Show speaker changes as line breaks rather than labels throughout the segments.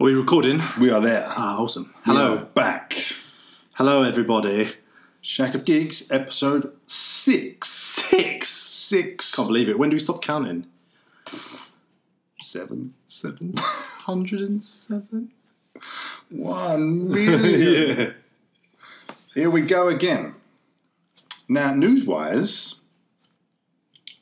Recording.
We are there.
Ah, awesome.
We
Hello.
are back.
Hello, everybody.
Shack of Gigs, episode six.
Six.
Six.
Can't believe it. When do we stop counting?
Seven.
Seven hundred and seven.
One million. Here we go again. Now, news-wise,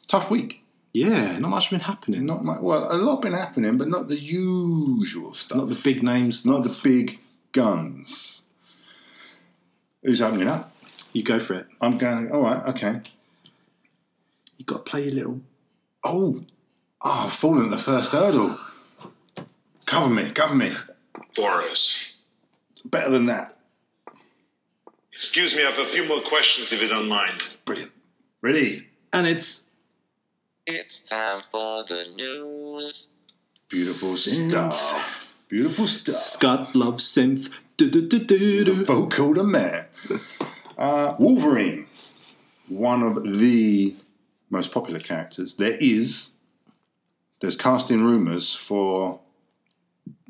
tough week.
Yeah. Not much has been happening.
Not
Not,
much. Well, a lot been happening, but not the usual stuff.
the big names.
Not the big guns. Who's opening up?
You go for it.
I'm going. All right. Okay.
You got to play your little.
Oh, oh, I've fallen at the first hurdle. Cover me. Cover me.
Boris.
Better than that.
Excuse me, I have a few more questions if you don't mind.
Brilliant. Ready?
And it's
It's time for the news.
Beautiful
Synth.
stuff. Beautiful stuff.
Scott Love Synth. Do, do, do, do,
The
do.
vocal the man. Uh, Wolverine, one of the most popular characters. There is, there's casting rumors for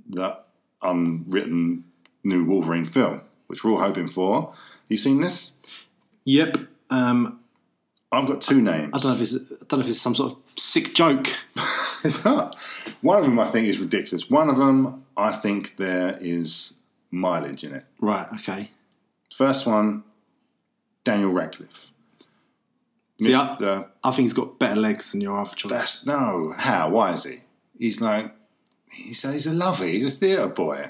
the unwritten new Wolverine film, which we're all hoping for. You seen this?
Yep. Um,
I've got two names.
I don't know if it's I don't know if it's some sort of sick joke.
It's not. One of them I think is ridiculous. One of them I think there is mileage in it.
Right. Okay.
First one, Daniel Radcliffe.
See, I-
Mr.
I think he's got better legs than your other choice.
That's no. How? Why is he? He's like, he's a, he's a lover. He's a theatre boy.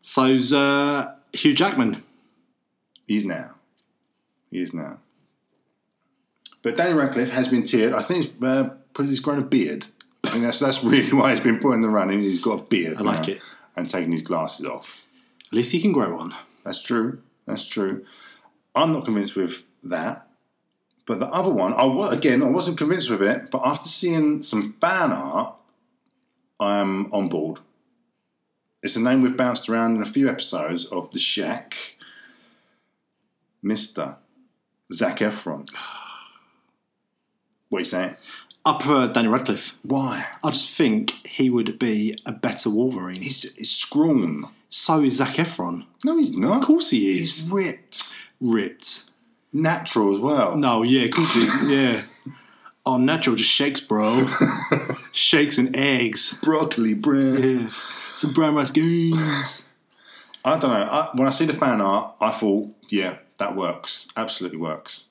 So's uh, Hugh Jackman.
He's now. He is now. But Daniel Radcliffe has been tiered. I think he's, uh, he's grown a beard. I think that's that's really why he's been putting the run in. He's got a beard.
I like
now
it.
And taking his glasses off.
At least he can grow one.
That's true. That's true. I'm not convinced with that. But the other one, I wa- again, I wasn't convinced with it. But after seeing some fan art, I'm on board. It's a name we've bounced around in a few episodes of The Shack. Mister Zac Efron. What are you saying?
I prefer Daniel Radcliffe.
Why?
I just think he would be a better Wolverine.
He's, he's scrawn.
So is Zac Efron.
No, he's
Of
not.
course he is.
He's ripped.
Ripped.
Natural as well.
No, yeah, of course he is. Yeah. Oh, natural just shakes, bro. shakes and eggs.
Broccoli bread.
Yeah. Some brown rice goons.
I don't know. I, when I see the fan art, I thought, yeah, that works. Absolutely works.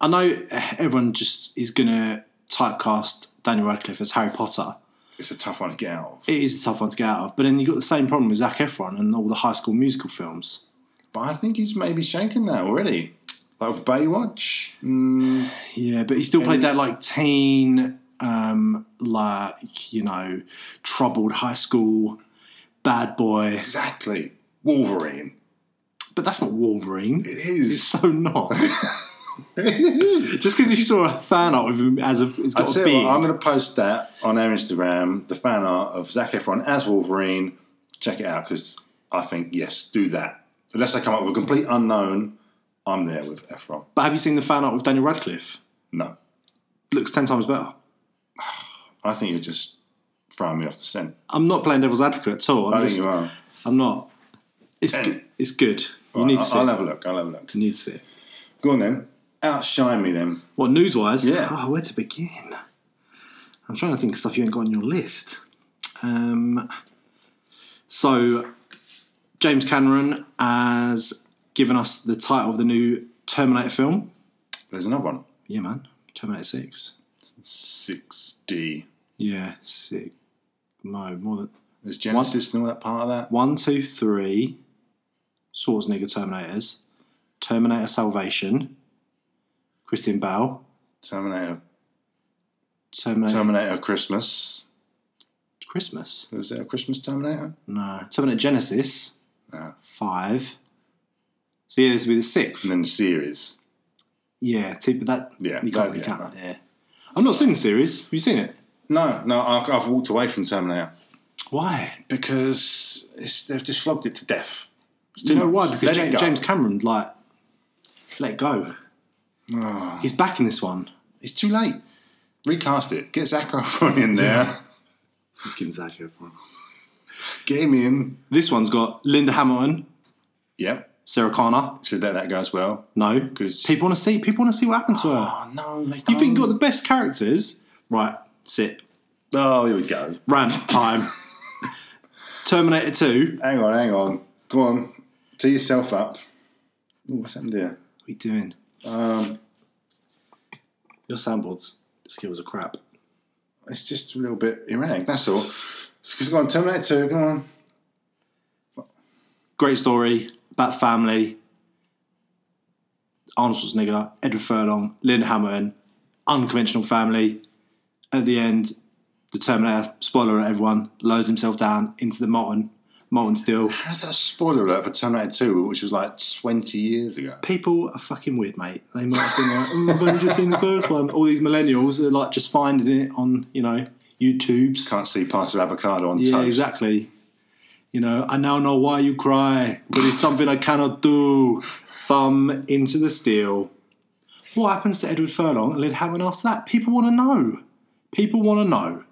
I know eh, everyone just is going to typecast Daniel Radcliffe as Harry Potter.
It's a tough one to get out of.
It is a tough one to get out of. But then you've got the same problem with Zac Efron and all the high school musical films.
But I think he's maybe shaken that already. Like with Baywatch. Mm,
Yeah, but he still played
And-
that like teen, um, like you know, troubled high school bad boy.
exactly. Wolverine.
But that's not Wolverine.
It
It's
is.
so not.
it is.
Just because you saw a fan art of him as a, it's
I
got a
tell you
beard.
what, I'm going to post that on our Instagram, the fan art of Zac Efron as Wolverine. Check it out because I think, yes, do that. Unless I come up with a complete unknown, I'm there with Efron.
but have you seen the fan art with Daniel Radcliffe?
No.
Looks ten times better.
I think you're just throwing me off the scent.
I'm not playing devil's advocate at
I
all. I'm,
think
just,
you are.
I'm not. It's
Eh.
good. It's good. You
Right,
need to
I'll,
see.
I'll
it.
have a look. I'll have a look.
You need to see. it.
Go on then. Outshine me then.
What news wise?
Yeah.
Oh, where to begin? I'm trying to think of stuff you ain't got on your list. Um, so, James Cameron has given us the title of the new Terminator film.
There's another one.
Yeah, man. Terminator 6.
6D.
Yeah, six. No, more than
There's Genesis and all that part of that.
one, two, three. Schwarzenegger Terminators. Terminator Salvation. Christian Bale.
Terminator.
Terminator
Terminator Christmas.
Christmas.
Was there a Christmas Terminator?
No. Terminator Genesis. uh,
No.
Five. So yeah, this will be the sixth.
And then the series.
Yeah, t- but that
Yeah.
you can't
that-
really
yeah.
count that. Yeah. I've not seen the series. Have you seen it?
No, no, I've, I've walked away from Terminator
Why?
because it's, they've just flogged it to death. It's
Do you
too
know
much.
why?
Let
Because
it
James,
go.
James Cameron like let go.
Oh,
He's back in this one.
it's too late. Recast it. Get Zac Efron in there.
Fucking Zac Efron.
Game in.
This one's got Linda Hamilton,
Yep.
Sarah Connor.
Should let that go as well.
No,
Because
people want to see. People want to see what happened to her.
Oh no, they
You think you got
can't.
the best characters? Right, sit,
Oh, here we go.
rant time. Terminator Two.
Hang on, hang on. Go on. Tee yourself up. Ooh, what's happened there?
What are you doing?
Um,
Your soundboards skills are crap.
it's just a little bit erratic. That's all. Just go on, Terminator 2. Go on.
Great story about family. Arnold Schwarzenegger, Edward Furlong, Linda Hamilton, unconventional family. At the end, the Terminator spoiler alert, everyone lowers himself down into the molten, molten steel.
How's that a spoiler alert for Terminator 2, which was like 20 years ago?
people are fucking weird, mate. They might have been like, oh, I've only just seen the first one. All these millennials are like just finding it on, you know, YouTubes.
Can't see past of avocado on
yeah,
toast.
exactly. You know, I now know why you cry, but it's something I cannot do. Thumb into the steel. What happens to Edward Furlong and Lyd Hammond after that? People want to know. People want to know.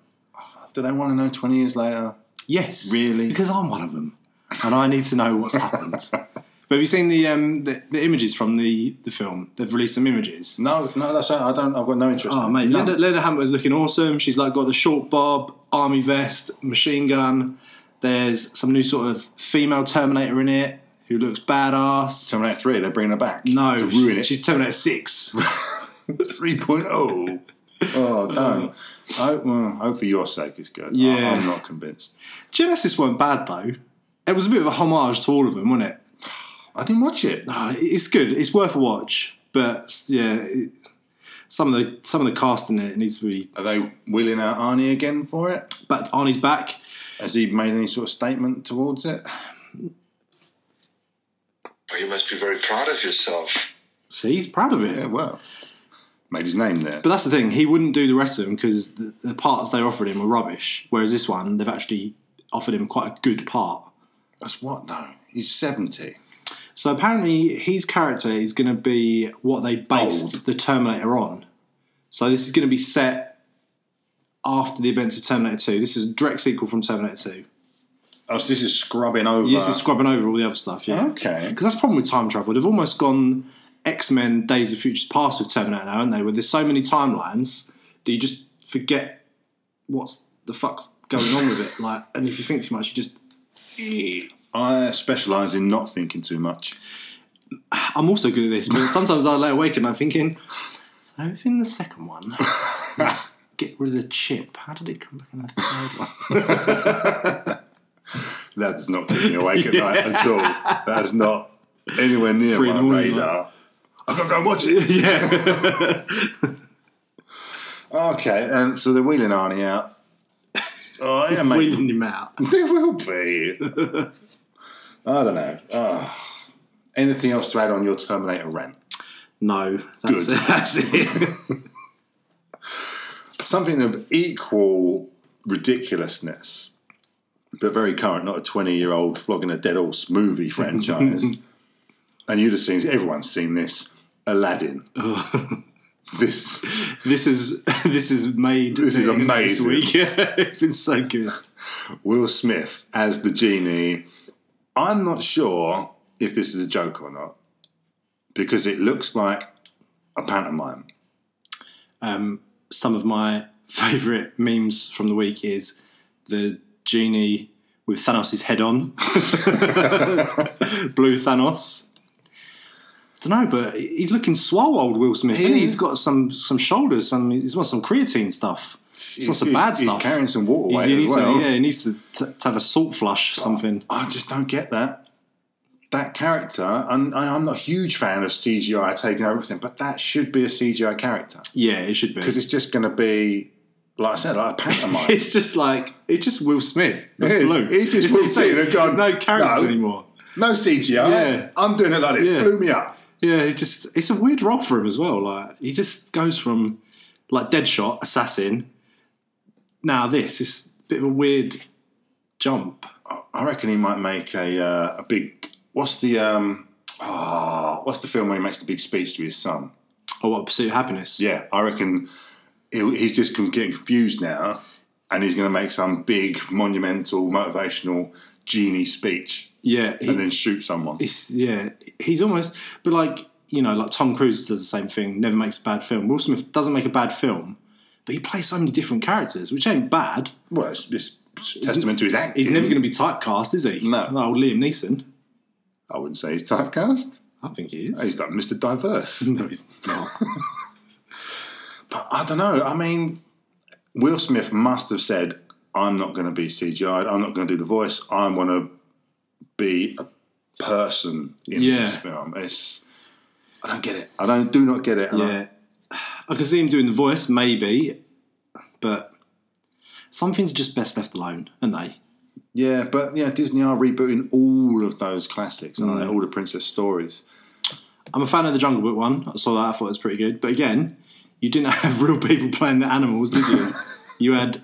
Do they want to know 20 years later?
Yes.
Really?
Because I'm one of them. And I need to know what's happened. but have you seen the, um, the the images from the, the film? They've released some images.
No, no, that's it. I don't. I've got no interest.
Oh
in it.
mate,
None.
Linda, Linda Hamilton's looking awesome. She's like got the short bob, army vest, machine gun. There's some new sort of female Terminator in it who looks badass.
Terminator 3, they're bringing her back.
No,
To ruin it.
she's Terminator Six.
3.0. Oh, don't. I, well, I hope for your sake it's good. I-
Yeah.
I'm not convinced.
Genesis weren't bad though. It was a bit of a homage to all of them, wasn't it?
I didn't watch it.
Ah, it's good. It's worth a watch. But yeah, it, some of the some of the cast in it needs to be.
Are they wheeling out Arnie again for it?
But Arnie's back.
Has he made any sort of statement towards it?
Oh, You must be very proud of yourself.
See, he's proud of it.
Yeah, well, made his name there.
But that's the thing, he wouldn't do the rest of them because the, the parts they offered him were rubbish. Whereas this one, they've actually offered him quite a good part.
That's what though. He's seventy.
So apparently, his character is going to be what they based
Old.
the Terminator on. So this is going to be set after the events of Terminator 2. This is a direct sequel from Terminator 2.
Oh, so this is scrubbing over.
This is scrubbing over all the other stuff, yeah.
okay.
Because that's the problem with time travel. They've almost gone X Men Days of Futures Past with Terminator now, haven't they? Where there's so many timelines that you just forget what's the fuck's going on with it. Like, and if you think too much, you just.
I specialise in not thinking too much.
I'm also good at this, but sometimes I lay awake and I'm thinking, so if in the second one, get rid of the chip, how did it come back in the third one?
that does not keep me awake at night at all. That is not anywhere near
Three in
my
the morning,
radar. I've got to go and watch it.
yeah.
Okay, and so they're wheeling Arnie out. Oh yeah, mate.
Wheeling him out.
There will be. I don't know. Oh. Anything else to add on your Terminator rant?
No, that's
Good.
it. That's it.
Something of equal ridiculousness, but very current, not a 20 year old flogging a dead horse movie franchise. and you'd have seen, everyone's seen this Aladdin. This
This is this is made.
This is
in
amazing.
This week. Yeah, it's been so good.
Will Smith as the genie. I'm not sure if this is a joke or not because it looks like a pantomime.
Um, some of my favourite memes from the week is the genie with Thanos' head on, blue Thanos. don't know, but he's looking swole, old Will Smith. isn't
Yeah.
He? He's got some some shoulders. Some he's got some creatine stuff. It's not some
He's-
bad
he's
stuff.
carrying some water
He's-
weight
he
as
needs to-
well.
yeah, he needs to, t- to have a salt flush or something.
I just don't get that. That character, and I- I'm not a huge fan of CGI taking over everything, but that should be a CGI character
Yeah, it should be.
because it's just going to be, like I said, like a pantomime.
It's just like it's just Will Smith.
It is.
Blue.
It's just Will
the same.
Smith. They've gone,
There's no characters
no.
anymore.
no CGI.
Yeah.
I'm doing it like this.
Yeah.
Blew me up.
Yeah, it just it's a weird role for him as well. Like he just goes from like Deadshot, Assassin. Now this is a bit of a weird jump.
I reckon he might make a uh, a big. What's the um? Oh, what's the film where he makes the big speech to his son?
Or what pursuit of happiness?
Yeah, I reckon he, he's just con- getting confused now and he's going to make some big, monumental, motivational genie speech
Yeah, he-
and then shoot someone.
it's yeah, he's almost but like you know, like Tom Cruise does the same thing, never makes a bad film. Will Smith doesn't make a bad film, but he plays so many different characters, which ain't bad.
Well, it's, it's testament to his acting.
He's never going to be typecast, is he?
No.
Like old Liam Neeson.
I wouldn't say he's typecast.
I think he is.
He's like Mr. Diverse.
no, he's not.
But I don't know. I mean, Will Smith must have said, "I'm not going to be CGI'd. I'm not going to do the voice. I want to be a person in
Yeah.
this film." It's I don't get it. I don't do not get it. And I-
yeah, I can see him doing the voice, maybe, but something's just best left alone, aren't they?
yeah. But yeah, Disney are rebooting all of those classics, aren't they?
Mm.
All the princess stories.
I'm a fan of the Jungle Book one. I saw that. I thought it was pretty good. But again, you didn't have real people playing the animals, did you? you had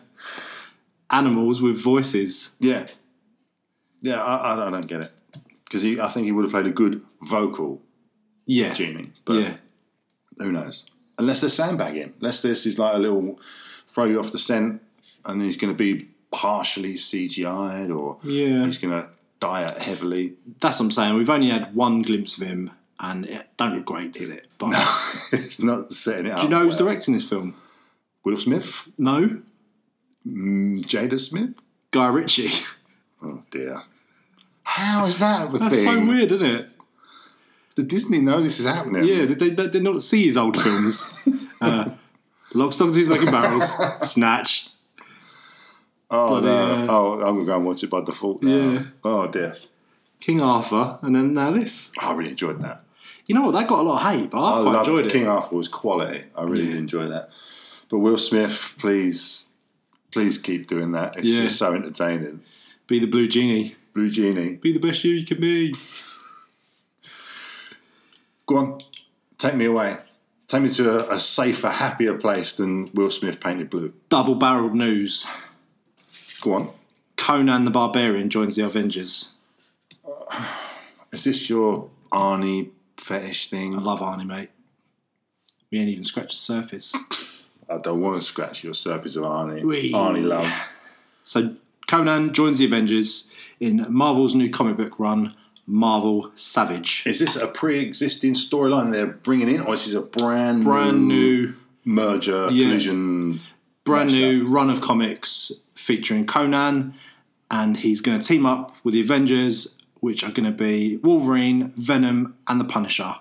animals with voices.
Yeah, yeah. I, I, don't- I don't get it because I think he would have played a good vocal
Yeah.
genie. But
yeah.
who knows? Unless they're sandbagging. Unless this is like a little throw you off the scent and he's going to be partially CGI'd or
Yeah.
he's going to diet heavily.
That's what I'm saying. We've only had one glimpse of him, and it don't look great, does it? But
it's not setting it up.
do you know who's
well.
directing this film?
Will Smith?
No,
Mm, Jada Smith?
Guy Ritchie.
Oh dear. How is that the
That's
thing?
so weird, isn't it?
Did Disney know this is happening?
Yeah, did they, they did not see his old films? uh, Lockstock and Two Smoking Barrels, Snatch.
Oh,
Bloody,
no.
uh,
oh, I'm going to go and watch it by default now.
Yeah.
Oh dear.
King Arthur, and then now this.
I really enjoyed that.
You know what? That got a lot of hate, but I,
I
quite
loved
enjoyed it.
King Arthur was quality. I really
Yeah.
did enjoy that. But Will Smith, please, please keep doing that. It's
Yeah.
just so entertaining.
Be the blue genie.
Blue Genie,
Be the best you you can be.
go on, take me away. Take me to a, a safer, happier place than Will Smith painted blue.
Double barreled news.
Go on.
Conan the Barbarian joins the Avengers.
Is this your Arnie fetish
I
thing?
love Arnie, mate. We ain't even scratched the surface.
I don't want to scratch your surface of Arnie.
Wee.
Arnie love.
So Conan joins the Avengers in Marvel's new comic book run, Marvel Savage.
Is this a pre-existing storyline they're bringing in, or is this a brand
Brand new,
merger
Yeah.
collision?
brand
Mashup.
new run of comics featuring Conan, and he's going to team up with the Avengers, which are going to be Wolverine, Venom, and the Punisher,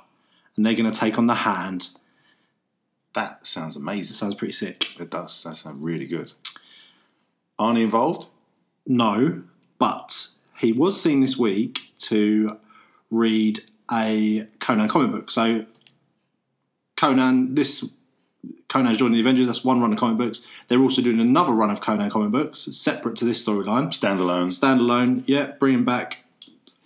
and they're going to take on the Hand.
That sounds amazing.
Sounds pretty sick.
It does. That sounds really good. Arnie involved?
No, but he was seen this week to read a Conan comic book. So Conan, this Conan's joining the Avengers. That's one run of comic books. They're also doing another run of Conan comic books, separate to this storyline,
Standalone.
standalone. Yeah, bringing back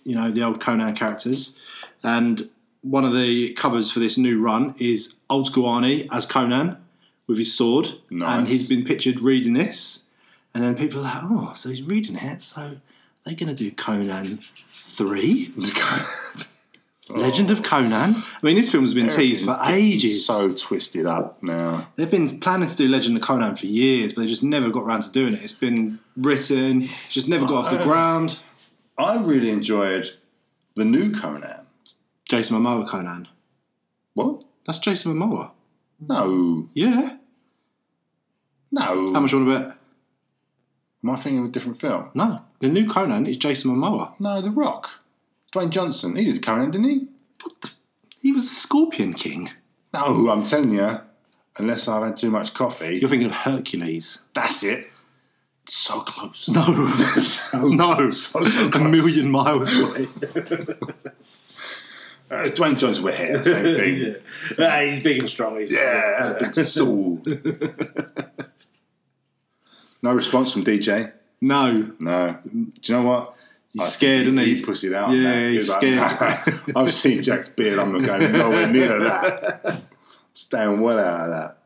you know the old Conan characters, and one of the covers for this new run is old school Arnie as Conan with his sword,
Nice.
and he's been pictured reading this, and then people are like, oh, so he's reading it, so they're going to do Conan three, Legend of Conan. I mean, this film's
Oh,
been teased for
Everything's Oh. getting
ages.
So twisted up now.
They've been planning to do Legend of Conan for years, but they just never got around to doing it. It's been written, it's just never got off the
Oh.
ground.
I really enjoyed the new Conan.
Jason Momoa Conan.
What?
That's Jason Momoa.
No,
Yeah.
no.
How much you want to bet?
Am I thinking of a different film?
No. The new Conan is Jason Momoa.
No, The Rock. Dwayne Johnson. He did Conan, didn't he?
He was the Scorpion King.
No, I'm telling you. Unless I've had too much coffee.
You're thinking of Hercules.
That's it. So close. Uh,
No.
so,
no.
Oh, so, so
A
close.
million miles away.
Uh, it's Dwayne Johnson. We're here. Same thing.
he's big and strong. He's
Yeah, big sword. no response from DJ.
No.
No. Do you know what?
He's
I think
scared, isn't he?
He pussied out.
Yeah,
man.
he's scared.
"Nah, I've seen Jack's beard. I'm not going nowhere near that. Staying well out of that.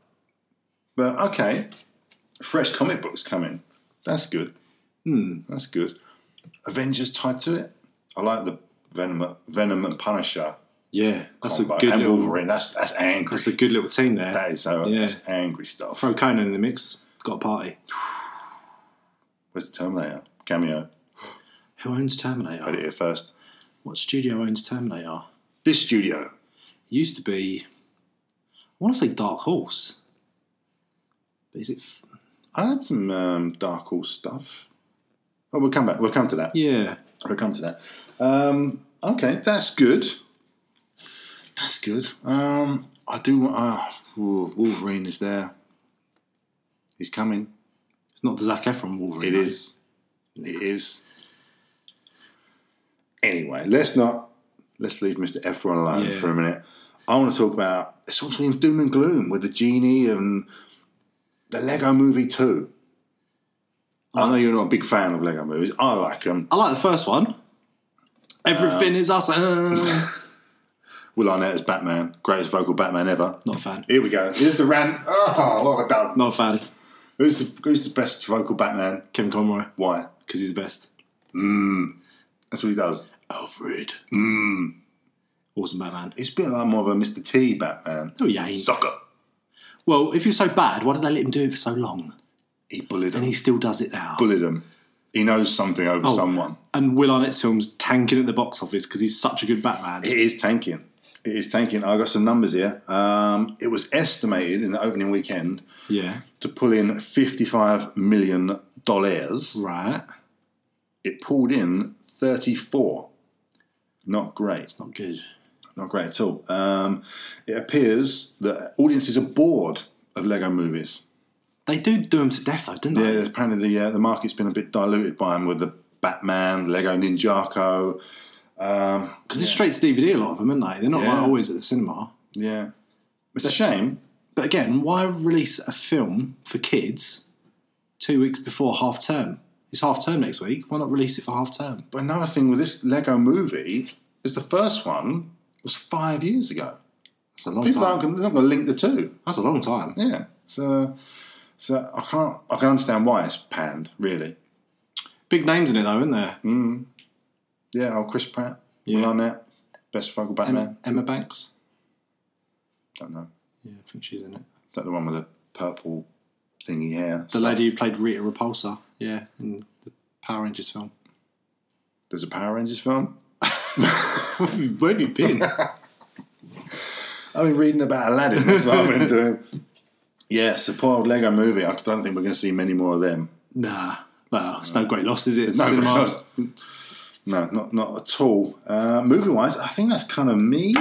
But okay, fresh comic books coming. That's good.
Hmm.
That's good. Avengers tied to it. I like the Venom, Venom and Punisher.
Yeah. That's
combo.
a good
Oh, and
little.
Wolverine. That's that's angry.
That's a good little team there.
that is so
Yeah.
that's angry stuff.
Throw Conan in the mix. Got a party.
Where's the Terminator? Cameo.
Who owns
Heard it
Terminator?
here first.
What studio owns Terminator?
This studio.
It used to be, I want to say Dark Horse. But is it? f-
I had some um, Dark Horse stuff. Oh, we'll come back. We'll come to that.
Yeah.
We'll come to that. Um, okay, that's good. That's good. Um, I do. Uh, ooh, Wolverine is there. He's coming.
It's not the Zac Efron
It
Wolverine.
is. It is. Anyway, let's not let's leave Mr. Efron alone
Yeah.
for a minute. I want to talk about it's all seems doom and gloom with the genie and the Lego Movie Two. I know you're not a big fan of Lego movies. I like them.
I like the first one.
Um,
Everything is awesome.
Will Arnett as Batman, greatest vocal Batman ever.
not a fan.
Here we go. Here's the rant. Oh, well done.
Not a fan.
Who's the who's the best vocal Batman?
Kevin Conroy
Why?
because he's the best.
Mm. That's what he does.
Alfred.
Mm.
Awesome Batman.
It's a bit like more of a Mr. T Batman.
Oh yeah. he-
Sucker.
Well, if you're so bad, why did they let him do it for so long?
He bullied him.
And he still does it now.
bullied him. He knows something over
Oh.
someone.
and Will Arnett's films tanking at the box office because he's such a good Batman.
It is tanking. It is tanking. I got some numbers here. Um, it was estimated in the opening weekend
Yeah.
to pull in fifty-five million dollars.
Right.
It pulled in thirty-four. Not great.
It's not good.
Not great at all. Um, it appears that audiences are bored of Lego movies.
They do do him to death though, didn't
Yeah,
they?
apparently the uh, the market's been a bit diluted by them with the Batman, Lego Ninjago. Um,
Because it's straight to DVD a lot of them, aren't they? They're not
Yeah.
like always at the cinema.
Yeah. It's a shame.
But again, why release a film for kids two weeks before half term? It's half term next week. Why not release it for half term?
But another thing with this Lego movie is the first one was five years ago.
That's a long
People
time.
aren't gonna, they're not going to link the two.
That's a long time.
Yeah. So, so I can't. I can understand why it's panned. Really.
Big names in it though, isn't there?
Mm. Yeah. Oh, Chris Pratt.
Yeah.
Will Arnett. Best vocal Batman.
Emma, Emma Banks.
Don't know.
Yeah, I think she's in it.
Is that the one with the purple thingy hair?
The lady who played Rita Repulsa. Yeah, in the Power Rangers film.
There's a Power Rangers film.
Where have you been?
I've been reading about Aladdin. That's what I've been doing. Yeah, support Lego movie. I don't think we're going to see many more of them.
Nah. Well, it's no great loss, is it?
No,
Cinema.
because- no, not not at all. Uh, movie wise, I think that's kind of me.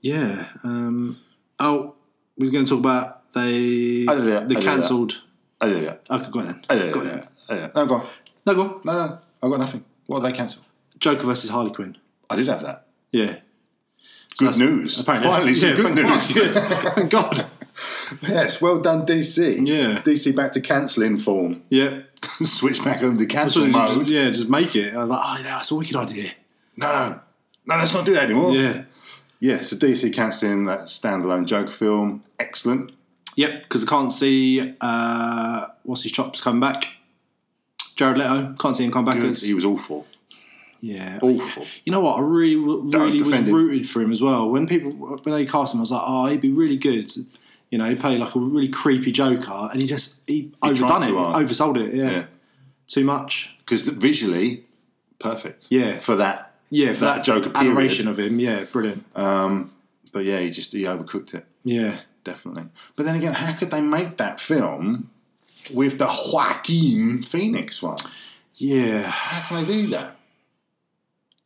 Yeah. Um, oh, we were going to talk about they
I did it,
the
I did it.
cancelled.
Oh yeah, yeah,
Okay, go on then.
oh yeah,
Go on
yeah,
then.
oh, yeah. No, go on.
No, go on.
No, no, I got nothing. What did they cancel?
Joker versus Harley Quinn.
I did have that.
Yeah.
Good
that's-
news.
Apparently,
Finally,
yeah,
some good
thank
news.
God. Yeah. Thank God.
yes, well done, DC.
Yeah.
DC back to cancelling form.
Yeah.
Switch back on to
So
cancel
you
mode.
just, yeah, just make it. I was like, oh, yeah, that's a wicked idea.
No, no, no. Let's not do that anymore.
Yeah.
Yeah, so DC cancelling that standalone Joker film. Excellent.
Yep, because I can't see uh, what's his chops come back. Jared Leto can't see him come back
Good.
as
He was awful.
yeah.
Awful.
You know what? I really, really was
defend him.
rooted for him as well. When people when they cast him, I was like, oh, he'd be really good. You know, he played like a really creepy Joker, and he just he,
He tried
overdone it,
too hard.
oversold it. Yeah.
Yeah.
too much.
Because visually, perfect.
Yeah,
For that
yeah, for
that
that,
Joker period.
adoration of him. Yeah, brilliant.
Um, but yeah, he just he overcooked it
Yeah,
definitely. But then again, how could they make that film with the Joaquin Phoenix one?
yeah.
How can they do that?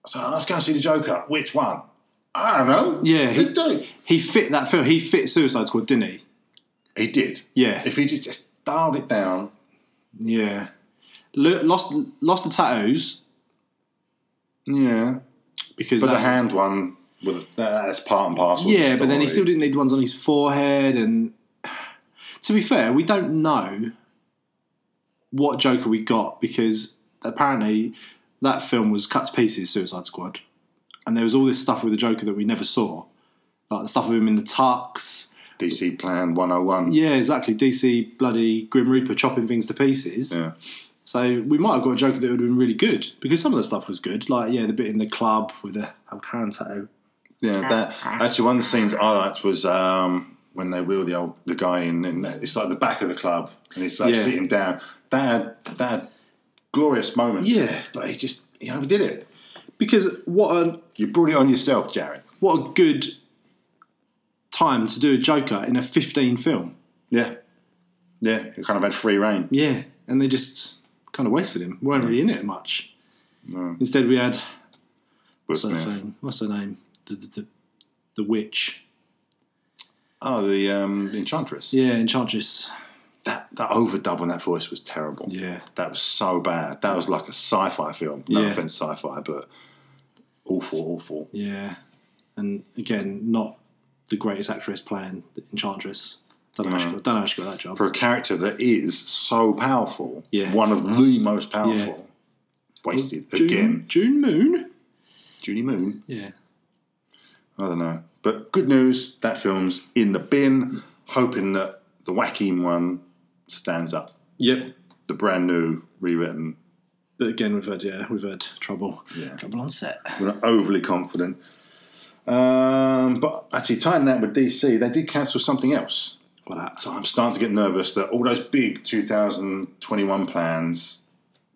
So I was going to see the Joker. Which one? I don't know.
Yeah, he-
he did.
He fit that film. He fit Suicide Squad, didn't he?
He did.
Yeah,
If he just, just dialed it down,
yeah. Lo- lost lost the tattoos
yeah.
because um,
But the
that-
hand one, with that, that's part and parcel. of the
Yeah, but then he still
story.
didn't need the ones on his forehead. And to be fair, we don't know what Joker we got because apparently that film was cut to pieces, Suicide Squad, and there was all this stuff with the Joker that we never saw, like the stuff of him in the tux.
DC Plan 101.
Yeah, exactly. DC bloody Grim Reaper chopping things to pieces.
Yeah.
So we might have got a Joker that would have been really good because some of the stuff was good, like yeah, the bit in the club with the old hand tattoo.
Yeah, that actually one of the scenes I liked was um, when they wheel the old the guy in, and it's like the back of the club, and it's like
Yeah.
sitting down. They had they had glorious moments.
Yeah.
but he just he overdid it.
Because what a
You brought it on yourself, Jared.
what a good time to do a Joker in a 15 film.
Yeah, yeah. He kind of had free reign.
Yeah, and they just kind of wasted him. weren't really in it much.
No.
Instead, we had what's her,
But, yeah.
name? What's her name? The the, the the witch.
Oh, the um, Enchantress.
Yeah, Enchantress.
That that overdub on that voice was terrible.
Yeah,
That was so bad. That was like a sci-fi film. No
Yeah.
offense, sci-fi, but awful, awful.
yeah, and again, not the greatest actress playing the Enchantress. Don't know, how, she
No.
got, don't know how she got that job.
for a character that is so powerful,
Yeah.
one of the most powerful, wasted
June,
again.
June Moon.
Judy Moon,
Yeah,
I don't know. But good news, that film's in the bin, hoping that the wacky one stands up.
yep.
The brand new, rewritten.
But again, we've had yeah, we've had trouble.
Yeah.
Trouble on set.
We're not overly confident. Um, but actually, tying that with DC, they did cancel something else.
What that?
So I'm starting to get nervous that all those big 2021 plans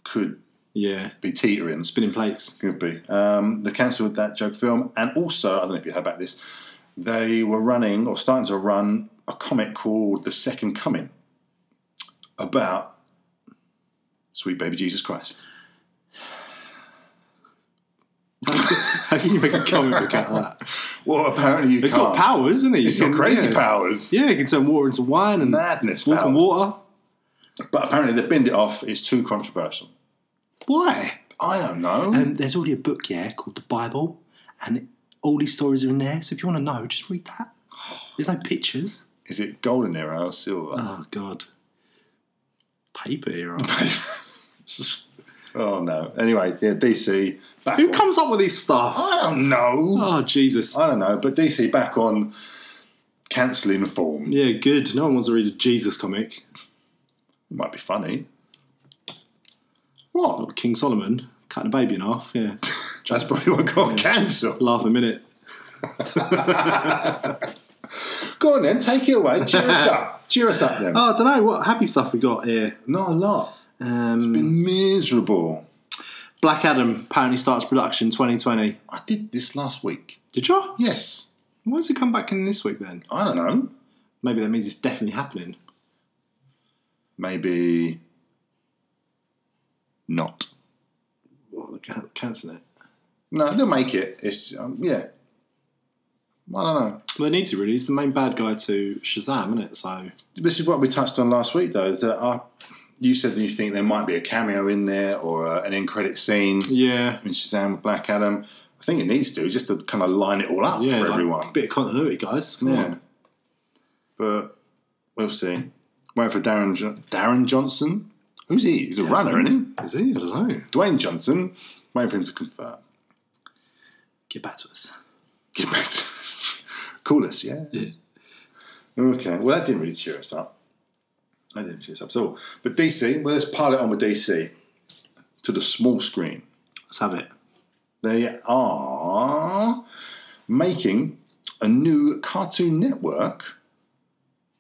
could
Yeah,
be teetering.
spinning plates.
Could be. Um, they cancelled that joke film, and also I don't know if you heard about this. They were running or starting to run a comic called The Second Coming about sweet baby Jesus Christ.
how can you make a comic book out of that?
Well, apparently you
It's
can't.
got powers, isn't it?
It's got crazy
yeah.
powers.
Yeah, you can turn water into wine and
Madness
walk on
powers.
water.
But apparently they binned it off. It's too controversial.
Why?
I don't know.
Um, there's already a book, yeah, called The Bible, and all these stories are in there. So if you want to know, just read that. There's no pictures.
Is it golden era or silver?
Oh God. Paper era.
oh no. Anyway, yeah, DC. Back
Who
on-
comes up with this stuff?
I don't know.
Oh Jesus.
I don't know, but DC back on cancelling form
Yeah, good. No one wants to read a Jesus comic.
might be funny.
What? King Solomon cutting a baby in half. Yeah.
That's probably what got
Yeah.
cancelled.
Laugh a minute.
Go on then, take it away. Cheer us up. Cheer us up then.
Oh, I don't know what happy stuff we got here.
Not a lot.
Um,
Been miserable.
Black Adam apparently starts production 2020.
I did this last week.
Did you?
Yes.
Why does it come back in this week then?
I don't know.
Maybe that means it's definitely happening.
Maybe not.
Well, they can cancel it.
No, they'll make it. It's um, yeah. I don't know.
Well, they need to really. He's the main bad guy to Shazam, isn't it? So
This is what we touched on last week, though. That I, you said that you think there might be a cameo in there or uh, an end credit scene
yeah,
in Shazam with Black Adam. I think it needs to just to kind of line it all up
yeah,
for
like,
everyone.
bit of continuity, guys. Come
yeah,
on.
but we'll see. Wait for Darren jo- Darren Johnson. Who's he? He's a runner, isn't
is he? I don't know.
he? Dwayne Johnson. Wait for him to confirm.
Get back to us.
Get back to us. Call us, yeah?
Yeah.
Okay. Well, that didn't really cheer us up. That didn't cheer us up at all. But DC, well, let's pile it on with DC to the small screen.
Let's have it.
They are making a new Cartoon Network.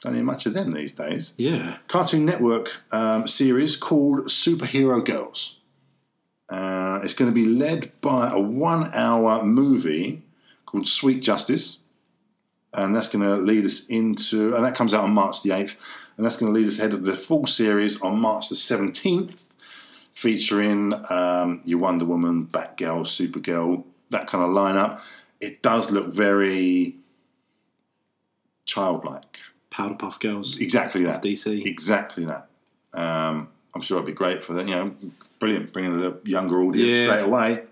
Don't hear much of them these days.
Yeah,
Cartoon Network um, series called Superhero Girls. Uh, it's going to be led by a one hour movie called Sweet Justice. And that's going to lead us into, and that comes out on March the 8th. And that's going to lead us ahead of the full series on March the 17th, featuring um, your Wonder Woman, Batgirl, Supergirl, that kind of lineup. It does look very childlike.
Powderpuff Girls,
Exactly that.
DC.
Exactly that. Um, I'm sure it'd be great for that. You know, brilliant bringing the younger audience
Yeah.
straight away.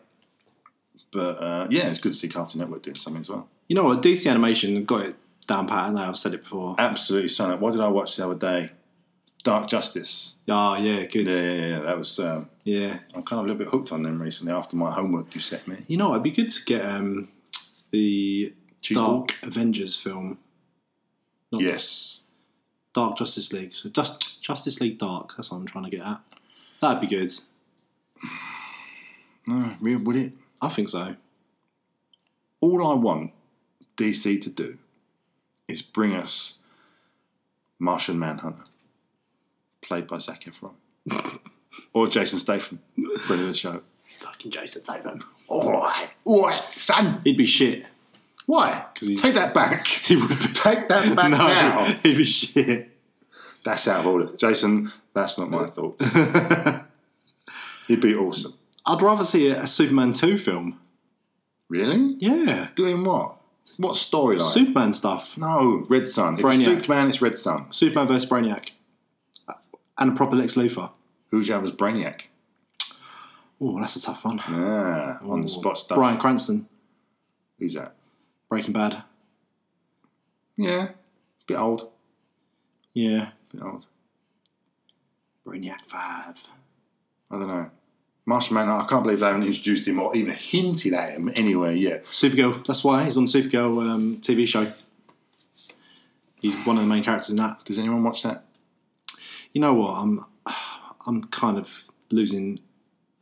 But uh, yeah, it's good to see Cartoon Network doing something as well.
You know what? DC Animation got it down pat, and I've said it before.
Absolutely stunning. What did I watch the other day? Dark Justice.
Ah, yeah, good.
Yeah,
Yeah.
yeah, yeah. That was. Um, I'm kind of a little bit hooked on them recently after my homework you sent me.
You know, what? it'd be good to get um the
Cheese
Dark
ball?
Avengers film. Not
Yes.
Dark Justice League. So just Justice League Dark. That's what I'm trying to get at. That'd be good.
No, real- would it?
I think so.
All I want DC to do is bring us Martian Manhunter, played by Zac Efron. or Jason Statham, friend of the show.
Fucking Jason Statham.
Alright, alright, son.
He'd be shit.
Why?
'Cause he's-
Take that back. He would Take that back
no,
now.
he'd be shit.
That's out of order. Jason, that's not my thoughts.
I'd
He'd be awesome.
rather see a, a Superman 2 film.
Really?
Yeah.
Doing what? What storyline?
Superman stuff.
no, Red Sun. If
Brainiac.
it's Superman, it's Red Sun.
Superman versus Brainiac. And a proper Lex Luthor.
Who's your other's Brainiac?
Oh, that's a tough one.
Ah, on the spot stuff.
Brian Cranston,
Who's that?
Breaking Bad.
Yeah, bit old.
Yeah.
Bit old.
Brainiac 5.
I don't know. Martian Manhunter. I can't believe they haven't introduced him or even hinted at him anywhere yet.
Supergirl. That's why he's on the Supergirl um, TV show. He's one of the main characters in that.
Does anyone watch that?
You know what? I'm, I'm kind of losing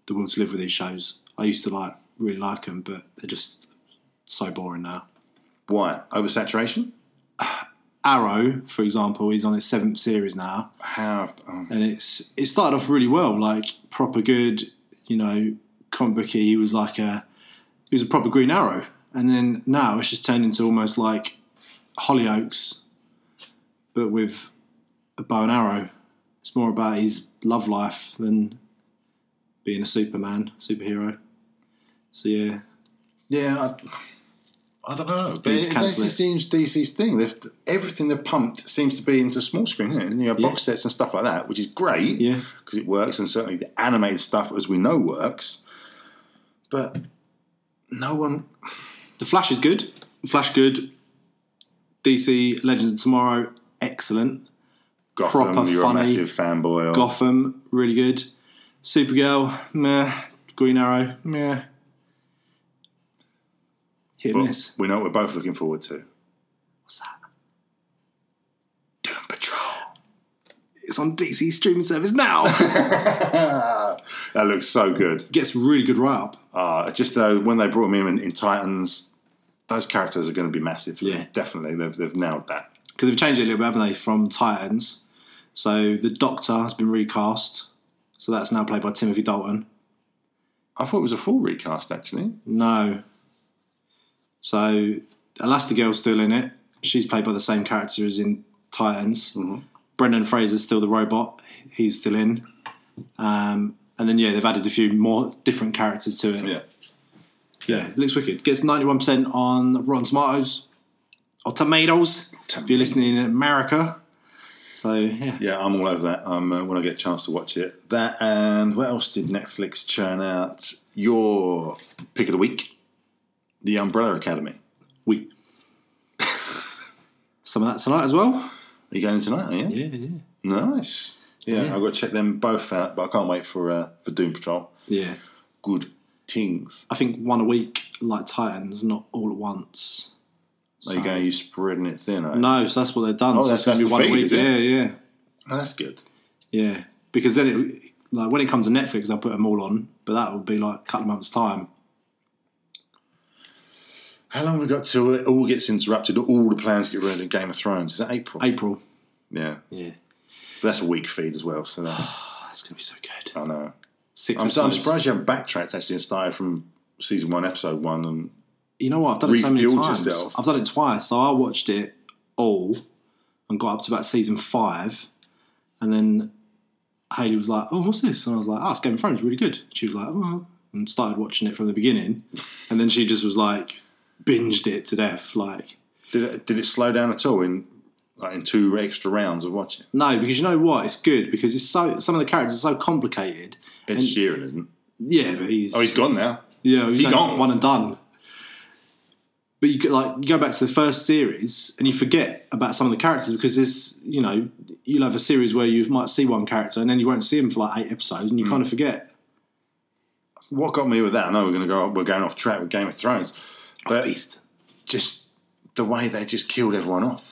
the will to live with these shows. I used to like really like them, but they're just so boring now.
Why? Oversaturation?
Arrow, for example, is on its seventh series now.
How? Oh,
and it's it started off really well, like proper good, you know, comic booky. He was like a he was a proper Green Arrow, and then now it's just turned into almost like Hollyoaks, but with a bow and arrow. It's more about his love life than being a Superman superhero. So yeah,
yeah, I, I don't know. But
Needs
it, that
cancelling.
just seems DC's thing. They've, everything they've pumped seems to be into small screen, isn't it? And you have
Yeah.
box sets and stuff like that, which is great.
yeah,
because it works, and certainly the animated stuff, as we know, works. But no one,
the Flash is good. Flash good. DC Legends of Tomorrow excellent.
Gotham,
Proper
you're
funny
a massive fanboy. Of.
Gotham, really good. Supergirl, meh. Green Arrow, meh. Hit and
Well,
miss.
we know what we're both looking forward to.
What's that?
Doom Patrol.
It's on DC streaming service now.
that looks so good.
Gets really good write up.
Uh, just though, when they brought me in in Titans, those characters are going to be massive.
Yeah.
definitely. They've they've nailed that.
Because they've changed it a little bit, haven't they, from Titans. So the Doctor has been recast. So that's now played by Timothy Dalton.
I thought it was a full recast actually.
No. So Elastigirl's still in it. She's played by the same character as in Titans.
Mhm.
Brendan Fraser's still the robot. He's still in. Um, and then yeah, they've added a few more different characters to it.
Yeah.
yeah, it looks wicked. Gets ninety one percent on Rotten Tomatoes or tomatoes. If you're listening in America, so yeah,
Yeah, I'm all over that. Um, uh, when I get a chance to watch it, that and what else did Netflix churn out? Your pick of the week, The Umbrella Academy.
we some of that tonight as well.
Are you going in tonight? Are you?
Yeah, yeah,
Nice. Yeah,
Yeah.
I've got to check them both out, but I can't wait for uh, for Doom Patrol.
yeah.
Good things.
I think one a week, like Titans, not all at once.
There you go. You're spreading it thin. eh?
No, so that's what they've done.
Oh,
so
that's-
it's gonna
that's
be
the
one
feed,
a week.
is it?
Yeah, yeah,
Oh, that's good.
yeah. Because then it, like when it comes to Netflix, they'll put them all on, but that will be like a couple of months time.
How long have we got till it all gets interrupted? All the plans get ruined in Game of Thrones. Is that April?
April.
Yeah,
Yeah,
that's a week feed as well. So that's
oh, that's gonna be so good.
I know.
Six.
I'm, so, I'm
episodes.
surprised you haven't backtracked actually and started from season one, episode one, and
You know what? I've done it so many
Refueled
times.
yourself.
I've done it twice. So I watched it all and got up to about season five, and then Haley was like, "Oh, what's this?" And I was like, "Oh, it's Game of Thrones. Really good." She was like, "Oh," and started watching it from the beginning, and then she just was like, binged it to death, like.
Did it, did it slow down at all in like in two extra rounds of watching?
No, because you know what? It's good because it's so some of the characters are so complicated.
Ed
And-
Sheeran isn't.
Yeah, but he's
Oh, he's gone now.
yeah, he's
he
like
gone.
one and done. But you could, like you go back to the first series and you forget about some of the characters because there's you know you'll have a series where you might see one character and then you won't see him for like eight episodes and
Hmm.
you kind of forget.
What got me with that? I know we're going to go. We're going off track with Game of Thrones, but
Beast.
just the way they just killed everyone off.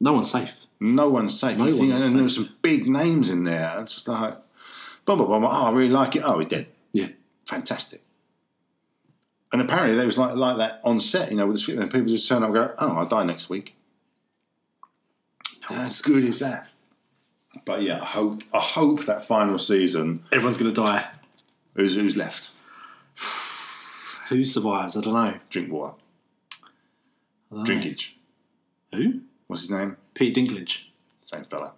No one's safe.
No one's safe.
No
You think-
one's
and there were
safe.
some big names in there. It's just like, blah blah blah. blah. Oh, I really like it. Oh, he did.
Yeah.
fantastic. And apparently, there was like like that on set. You know, with the script, and people just turn up and go, "Oh, I die next week." As good as that. But yeah, I hope I hope that final season.
Everyone's going to die.
Who's who's left?
Who survives? I don't know.
Drink water.
I don't
Drinkage.
know. Who?
What's his name?
Pete Dinklage.
Same fella.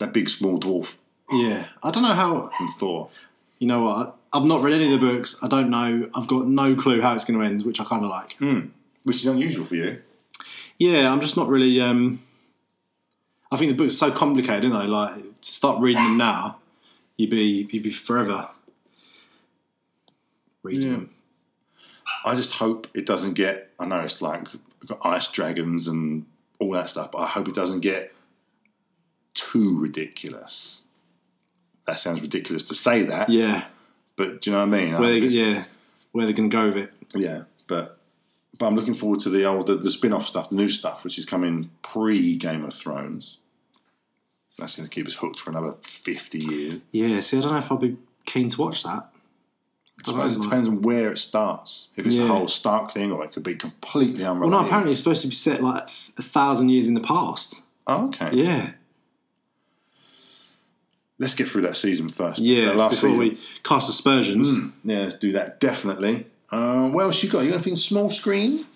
That big small dwarf
Yeah. I don't know how.
from Thor.
You know what? I've not read any of the books. I don't know. I've got no clue how it's going to end, which I kind of like.
Which is unusual for you.
Yeah, I'm just not really. Um, I think the book's so complicated, isn't it? Like, to start reading them now, you'd be you'd be forever reading
Yeah.
them.
I just hope it doesn't get. I know it's like got ice dragons and all that stuff, but I hope it doesn't get too ridiculous. That sounds ridiculous to say that,
Yeah,
but do you know what I mean? I
where they,
hope it's-
yeah, where they're going to go with it.
yeah, but but I'm looking forward to the old the, the spin-off stuff, the new stuff, which is coming pre Game of Thrones. That's going to keep us hooked for another fifty years.
Yeah, see, I don't know if I'll be keen to watch that.
I suppose it depends on where it starts. If it's
Yeah.
a whole Stark thing, or it could be completely
Well,
unrelated.
no, apparently it's supposed to be set like th- a thousand years in the past.
Oh, okay.
Yeah,
Let's get through that season first.
yeah.
That last
before
season.
we cast aspersions,
Mm, yeah, let's do that definitely. Uh, what else you got? You got anything small screen?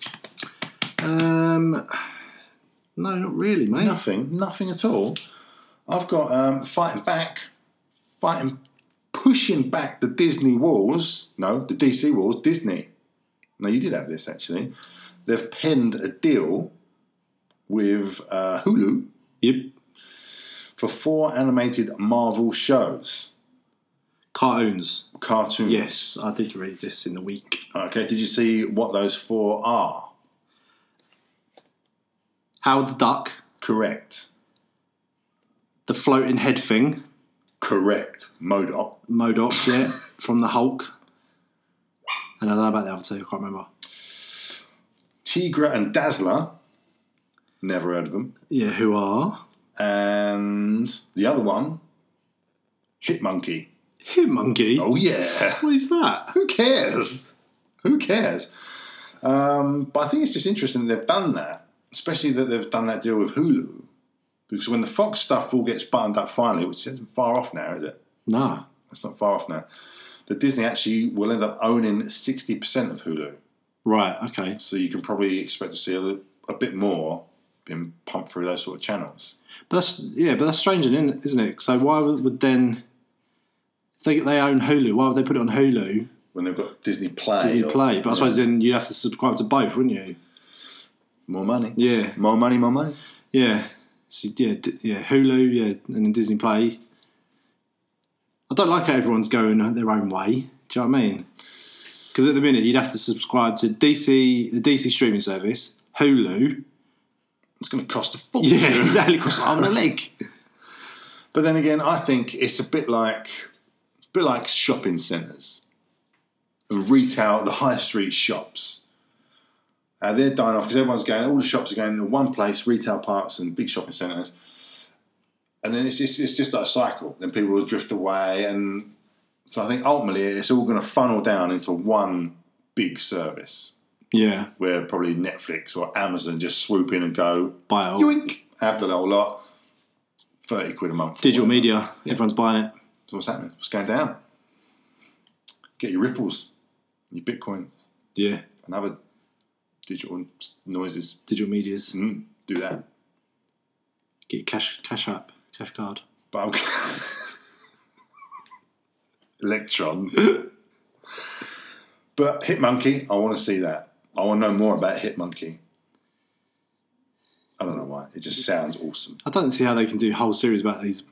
um, no, not really, mate.
Nothing, nothing at all. I've got um, fighting back, fighting, pushing back the Disney walls. No, the DC walls. Disney. No, you did have this actually. They've penned a deal with uh, Hulu
Yep,
for four animated Marvel shows,
cartoons.
cartoons.
Yes, I did read this in the week.
Okay. Did you see what those four are?
Howard the Duck,
Correct.
the floating head thing,
Correct. Modoc.
Modoc, yeah, from the Hulk, and I don't know about the other two. I can't remember.
Tigra and Dazzler. Never heard of them.
Yeah, who are
And the other one, Hitmonkey.
him, monkey?
Oh yeah.
What is that?
Who cares? Who cares? Um, but I think it's just interesting that they've done that, especially that they've done that deal with Hulu. Because when the Fox stuff all gets buttoned up finally, which isn't far off now, is it?
Nah,
That's not far off now. That Disney actually will end up owning 60% of Hulu.
right, okay.
So you can probably expect to see a, li- a bit more being pumped through those sort of channels.
But that's yeah, but that's strange, isn't isn't it? So why would would then if they they own Hulu? Why would they put it on Hulu
when they've got Disney Play.
Disney
or-
Play? But I suppose then you'd have to subscribe to both, wouldn't you?
more money,
Yeah,
more money, more money.
yeah. So yeah, D- yeah, Hulu, yeah, and then Disney Play. I don't like how everyone's going their own way. Do you know what I mean? Because at the minute you'd have to subscribe to DC, the DC streaming service, Hulu.
It's going to cost a fortune.
Yeah, exactly. Because I'm a leg.
But then again, I think it's a bit like, a bit like shopping centres, the retail, the high street shops. Uh, they're dying off because everyone's going. All the shops are going to one place, retail parks and big shopping centres. And then it's just, it's just like a cycle. Then people will drift away, and so I think ultimately it's all going to funnel down into one big service.
Yeah,
where probably Netflix or Amazon just swoop in and go,
buy it. all.
yoink, have the whole lot, 30 quid a month.
Digital media.
Yeah.
Everyone's buying it.
So what's happening? What's going down? Get your ripples, your bitcoins,
Yeah,
and other digital noises.
digital media's.
Mm, do that.
Get your cash cash app, cash card.
But I'm... Electron. but Hitmonkey, I want to see that. I want to know more about Hitmonkey. I don't know why. It just sounds awesome.
I don't see how they can do whole series about these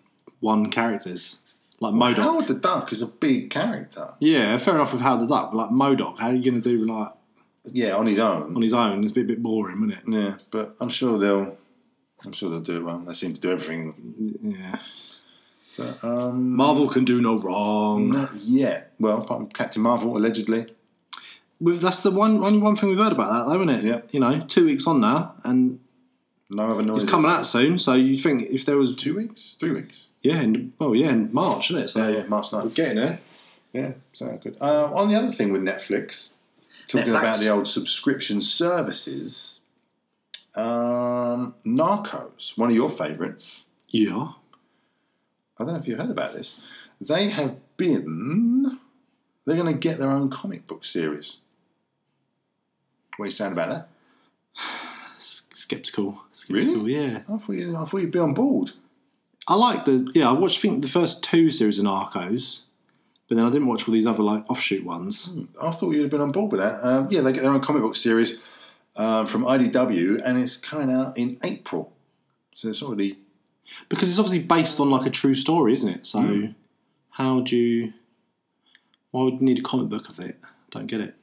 one characters like Modoc.
Howard the Duck is a big character.
Yeah, fair enough with Howard the Duck, but like Modoc, how are you going to do like
Yeah, on his
on
own.
his own? It's a bit, bit boring, wouldn't it?
Yeah, but I'm sure they'll. I'm sure they'll do it well. They seem to do everything.
Yeah,
But, um,
Marvel can do no wrong.
Not yet. Well, apart from Captain Marvel, allegedly.
We've, that's the one only one thing we've heard about that, though, isn't it?
Yeah.
You know, two weeks on now, and
No other noise.
it's coming out soon. So you think if there was
Two weeks? Three weeks?
yeah, in, well yeah, in March, isn't it? So
Yeah, yeah, March
we're
9th.
getting there.
Yeah, sound good. Uh, on the other thing with Netflix, talking
Netflix.
about the old subscription services, Um, Narcos, one of your favourites.
Yeah.
I don't know if you heard about this. They have been. They're going to get their own comic book series. What do you sound about that?
S- skeptical.
Really?
Skeptical, yeah.
I thought, you, I thought you'd be on board.
I like the yeah. I watched I think the first two series of Narcos, but then I didn't watch all these other like offshoot ones.
I thought you'd have been on board with that. Um, yeah, they get their own comic book series um, from IDW, and it's coming out in April. So it's already
because it's obviously based on like a true story, isn't it? So how do you? Why would you need a comic book of it? Don't get it.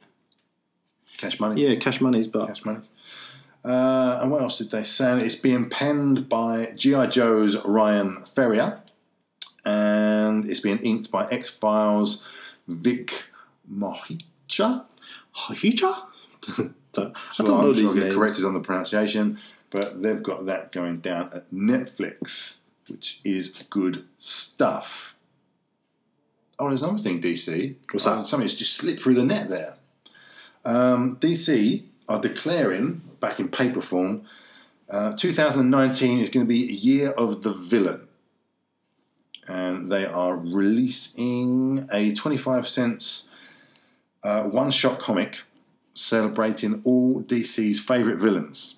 cash money.
Yeah, cash money's, but
cash money. Uh, and what else did they say? It's being penned by GI Joe's Ryan Ferrier, and it's being inked by X Files Vic Mohicha.
Hajuja? Don't- I
So
don't know
I'm sure
these
I'll get
names.
corrected on the pronunciation, but they've got that going down at Netflix, which is good stuff. Oh, there's another thing, DC.
What's that?
Oh, something's just slipped through the net there. Um, DC are declaring, back in paper form, uh, 2019 is going to be Year of the Villain. And they are releasing a 25 cents uh, one shot comic celebrating all DC's favourite villains.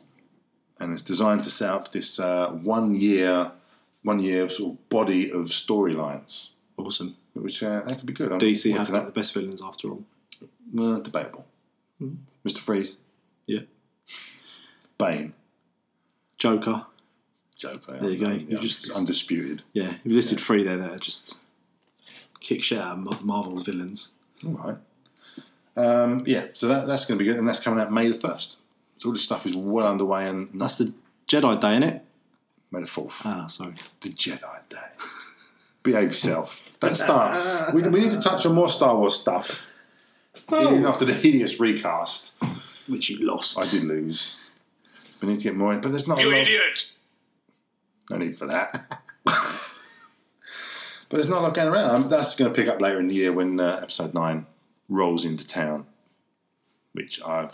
And it's designed to set up this uh, one year one year sort of body of storylines,
Awesome.
which uh, that could be good. I'm
DC
looking
have
to
got the best villains after all.
that. Uh, debatable.
Mhm.
Mr. Freeze.
Yeah.
Bane.
Joker.
Joker.
There you go.
Yeah,
You just-
undisputed.
Yeah, you listed three there. There, just kick shit out of Marvel's villains.
All right. Um, yeah, so that, that's going to be good, and that's coming out May the first. So all this stuff is well underway, and not
That's the Jedi Day, innit?
May the fourth.
Ah, sorry.
the Jedi Day. Behave yourself. Don't start. we, we need to touch on more Star Wars stuff. Even after the hideous recast,
Which you lost.
I did lose. We need to get more, but there's not a
You
lot.
idiot!
No need for that. but there's not a lot going around. Um, that's going to pick up later in the year when uh, episode nine rolls into town, which I've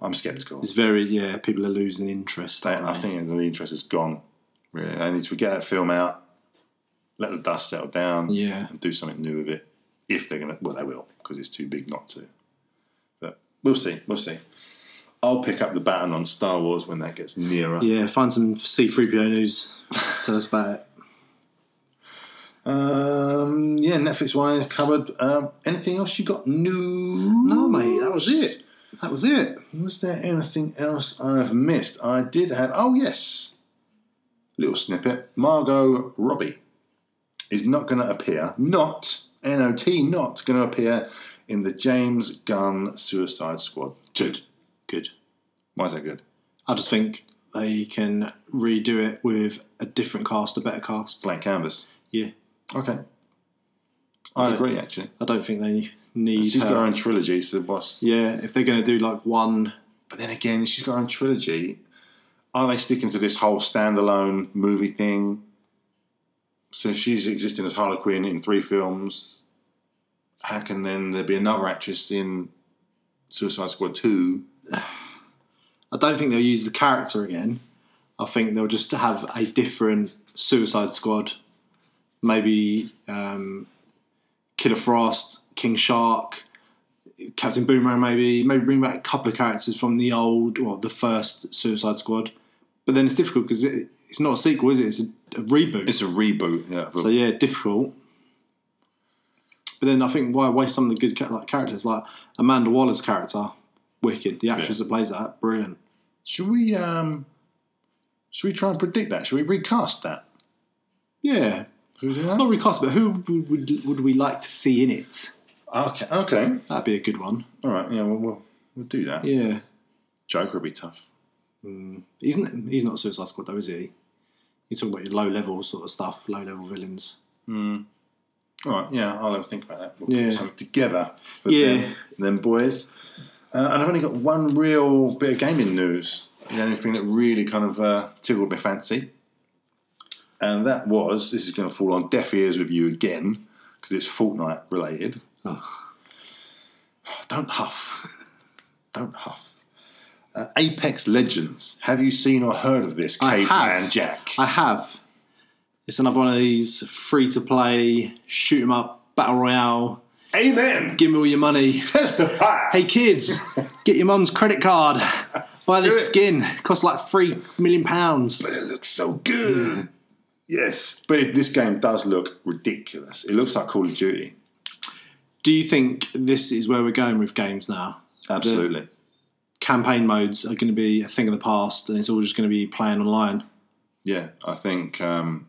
I'm sceptical.
It's very yeah. People are losing interest.
They-
aren't
I
they?
think the interest is gone. Really, they need to get that film out, let the dust settle down,
Yeah.
and do something new with it. If they're going to, well, they will because it's too big not to. But we'll see. We'll see. I'll pick up the baton on Star Wars when that gets nearer.
Yeah. Find some C3PO news. Tell us about it.
Um, yeah, Netflix wise covered. Um, anything else you got new?
No, mate, that was it. That was it.
Was there anything else I've missed? I did have. Oh yes, little snippet. Margot Robbie is not going to appear. Not not not going to appear in the James Gunn Suicide Squad. Good.
Good.
Why is that good?
I just think they can redo it with a different cast, a better cast.
Blank canvas.
Yeah.
Okay. I
Yeah.
agree. Actually,
I don't think they need
she's got her
her.
own trilogy. So what's
Yeah, if they're going to do like one,
But then again, she's got her own trilogy. Are they sticking to this whole standalone movie thing? So if she's existing as Harley Quinn in three films, how can then there be another actress in Suicide Squad 2?
I don't think they'll use the character again. I think they'll just have a different Suicide Squad, maybe um, Killer Frost, King Shark, Captain Boomerang, maybe maybe bring back a couple of characters from the old, well, the first Suicide Squad. But then it's difficult because it, it's not a sequel, is it? It's a, a reboot.
It's a reboot. Yeah, of a-
So yeah, difficult. But then I think why waste some of the good cha- like characters like Amanda Waller's character, wicked. The actress that plays that, brilliant.
Should we um, should we try and predict that? Should we recast that?
Yeah,
Should we do that?
not recast, but who w- would would we like to see in it?
Okay, okay,
That'd be a good one.
all right. Yeah, we'll we'll, we'll do that.
Yeah,
Joker would be tough.
mm. he's n- he's not Suicide Squad though, is he? You're talking about your low level sort of stuff, low level villains.
Mm. All right, yeah, I'll have a think about that. We'll
Yeah.
put something together for
Yeah.
them, them boys. Uh, and I've only got one real bit of gaming news. The only thing that really kind of uh, tickled my fancy. And that was, this is going to fall on deaf ears with you again, because it's Fortnite related.
Oh.
Don't huff. Don't huff. Uh, Apex Legends. Have you seen or heard of this
I
Caveman
have.
Jack?
I have. It's another one of these free to play, shoot 'em up, battle royale,
Amen.
give me all your money.
Testify.
Hey kids, get your mum's credit card. Buy
Do
this
it.
skin. It costs like three million pounds.
But it looks so good. yes, but it, this game does look ridiculous. It looks like Call of Duty.
Do you think this is where we're going with games now?
Absolutely.
Campaign modes are going to be a thing of the past and it's all just going to be playing online.
Yeah, I think. Um,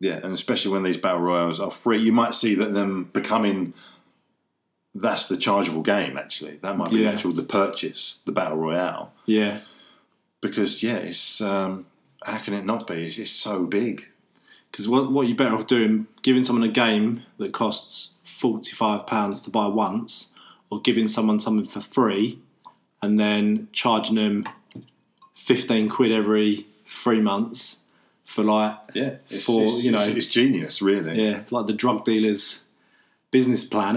yeah, and especially when these battle royals are free, you might see that them becoming. That's the chargeable game. Actually, that might be
Yeah.
the actual the purchase, the battle royale.
Yeah.
Because yeah, it's um, how can it not be? It's, it's so big.
Because what, what you're better off doing, giving someone a game that costs £45 to buy once, or giving someone something for free and then charging them 15 quid every three months for like,
Yeah, it's,
For,
it's-
you know-
it's, it's genius, really.
yeah, like the drug dealer's business plan,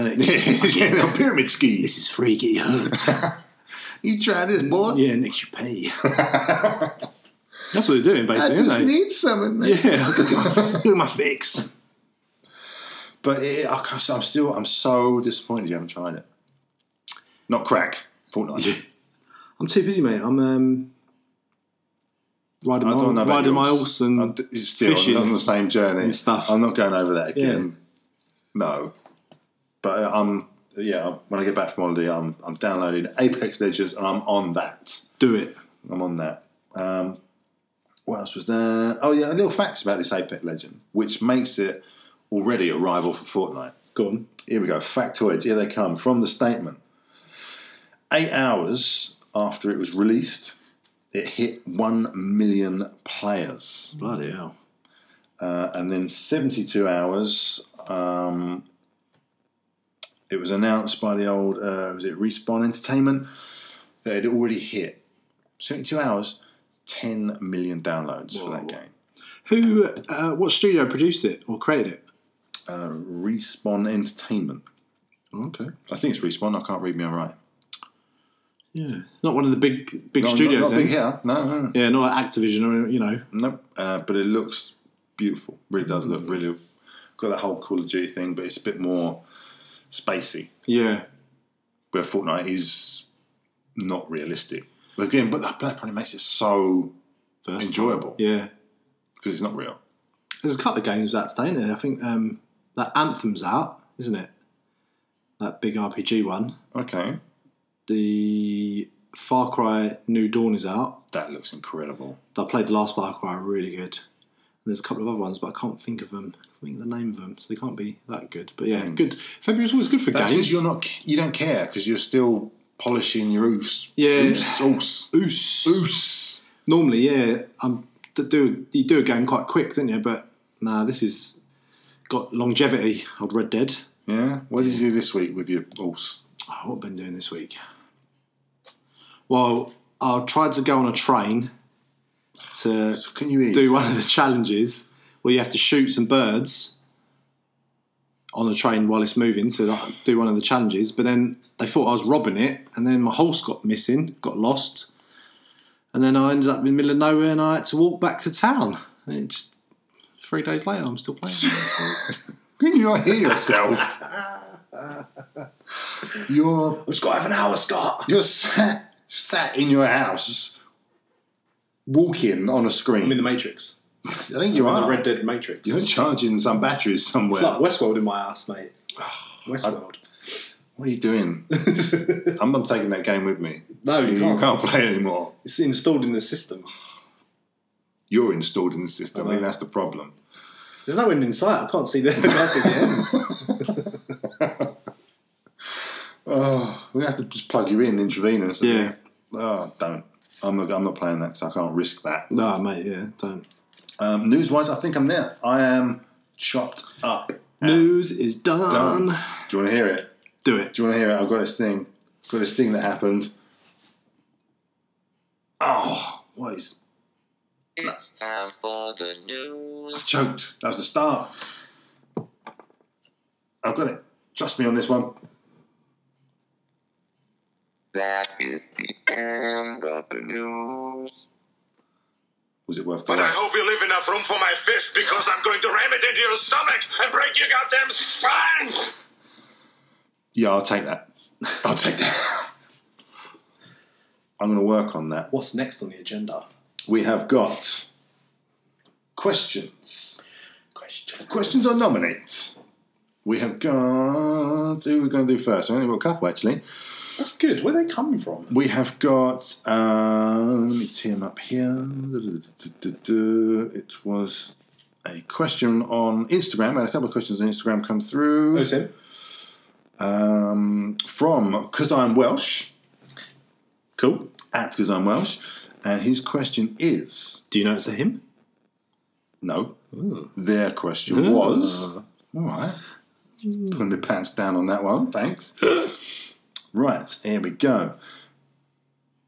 is
Yeah, pyramid scheme.
This is free, get your hurt.
You try this, boy.
yeah, next you pay.
I
That's what they're doing, basically, aren't they?
need something,
yeah, look at my- look at my fix.
But it, I, can't- I'm still, I'm so disappointed you haven't tried it. Not crack, Fortnite.
I'm too busy, mate. I'm um, riding my, riding my
yours.
horse and
I'm d- still
fishing
on the same journey
and stuff.
I'm not going over that again. No, but uh, I'm yeah. I'm- When I get back from holiday, I'm I'm downloading Apex Legends and I'm on that.
do it.
I'm on that. Um, what else was there? Oh yeah, little facts about this Apex Legend, which makes it already a rival for Fortnite.
Go on.
Here we go. Factoids. Here they come from the statement. Eight hours after it was released, it hit 1 million players.
Bloody hell.
Uh, and then 72 hours, um, it was announced by the old, uh, was it Respawn Entertainment, that it had already hit 72 hours, 10 million downloads for
Whoa.
that game.
Who, uh, what studio produced it or created it?
Uh, Respawn Entertainment. Oh,
Okay.
I think it's Respawn, I can't read me, I'm right.
Yeah. Not one of the big big
No, not-
studios. eh?
Not,
then.
big here, no, no, no.
Yeah, not like Activision or, you know.
Nope. Uh, but it looks beautiful. Really does look really. Got that whole Call of Duty thing, but it's a bit more spacey.
Yeah.
Where Fortnite is not realistic. But again, but that, that probably makes it so
First
enjoyable
Yeah.
because it's not real.
There's a couple of games out today, isn't there? I think um, that Anthem's out, isn't it? That big RPG one.
Okay,
The Far Cry New Dawn is out.
that looks incredible.
I played the last Far Cry really good. And there's a couple of other ones, but I can't think of them. I think of the name of them, so they can't be that good. But yeah,
Mm.
good. February's always good for
That's
games.
because you're not, you don't care because you're still polishing your oos.
Yeah.
Oos, oos,
Oos.
oos.
Normally, yeah, um, d- do you do a game quite quick, don't you? But nah, this is got longevity. Old Red Dead.
Yeah. What did you do this week with your oos?
Oh, what have I been doing this week? Well, I tried to go on a train to
So can you eat?
do one of the challenges where you have to shoot some birds on a train while it's moving to like, do one of the challenges. But then they thought I was robbing it, and then my horse got missing, got lost, and then I ended up in the middle of nowhere, and I had to walk back to town. And it just three days later, I'm still playing.
Can you not hear yourself? you're
We've got to have an hour, Scott.
you're sat sat in your house, walking on a
I'm in
screen.
the Matrix.
I think you
I'm in
are.
the Red Dead Matrix.
You're charging some batteries somewhere.
It's like Westworld in my ass, mate. Westworld.
what are you doing? I'm not taking that game with me.
no,
You
you
can't,
can't.
play it anymore.
It's installed in the system.
You're installed in the system. I,
I
mean,
know.
that's the problem.
There's no end in sight. I can't see the, I can't see the end.
Oh, we have to just plug you in intravenously.
Yeah.
Oh, don't. I'm not, I'm not playing that because I can't risk that.
No, mate, yeah, don't.
Um, news wise, I think I'm there. I am chopped up.
News is done.
Done. Do you want to hear it?
Do it.
Do you want to hear it? I've got this thing. got this thing that happened. Oh, what is?
It's time for the
I
news.
choked. That was the start. I've got it. Trust me on this one.
That is the End of the news.
Was it worth the
But I
wait?
hope you leave enough room for my fist because I'm going to ram it into your stomach and break your goddamn spine!
Yeah, I'll take that. I'll take that. I'm going to work on that.
What's next on the agenda?
We have got questions.
Question.
Questions I nominate. We have got. Who are we going to do first? We've only got a couple actually.
That's good. Where they come from?
We have got. Um, let me tear them up here. It was a question on Instagram. I had a couple of questions on Instagram come through.
Oh, Tim.
um, from Because I'm Welsh,
Cool.
at Because I'm Welsh, and his question is
Do you know it's a him?
no,
Ooh.
their question was. All right. Putting the pants down on that one, thanks. right, here we go.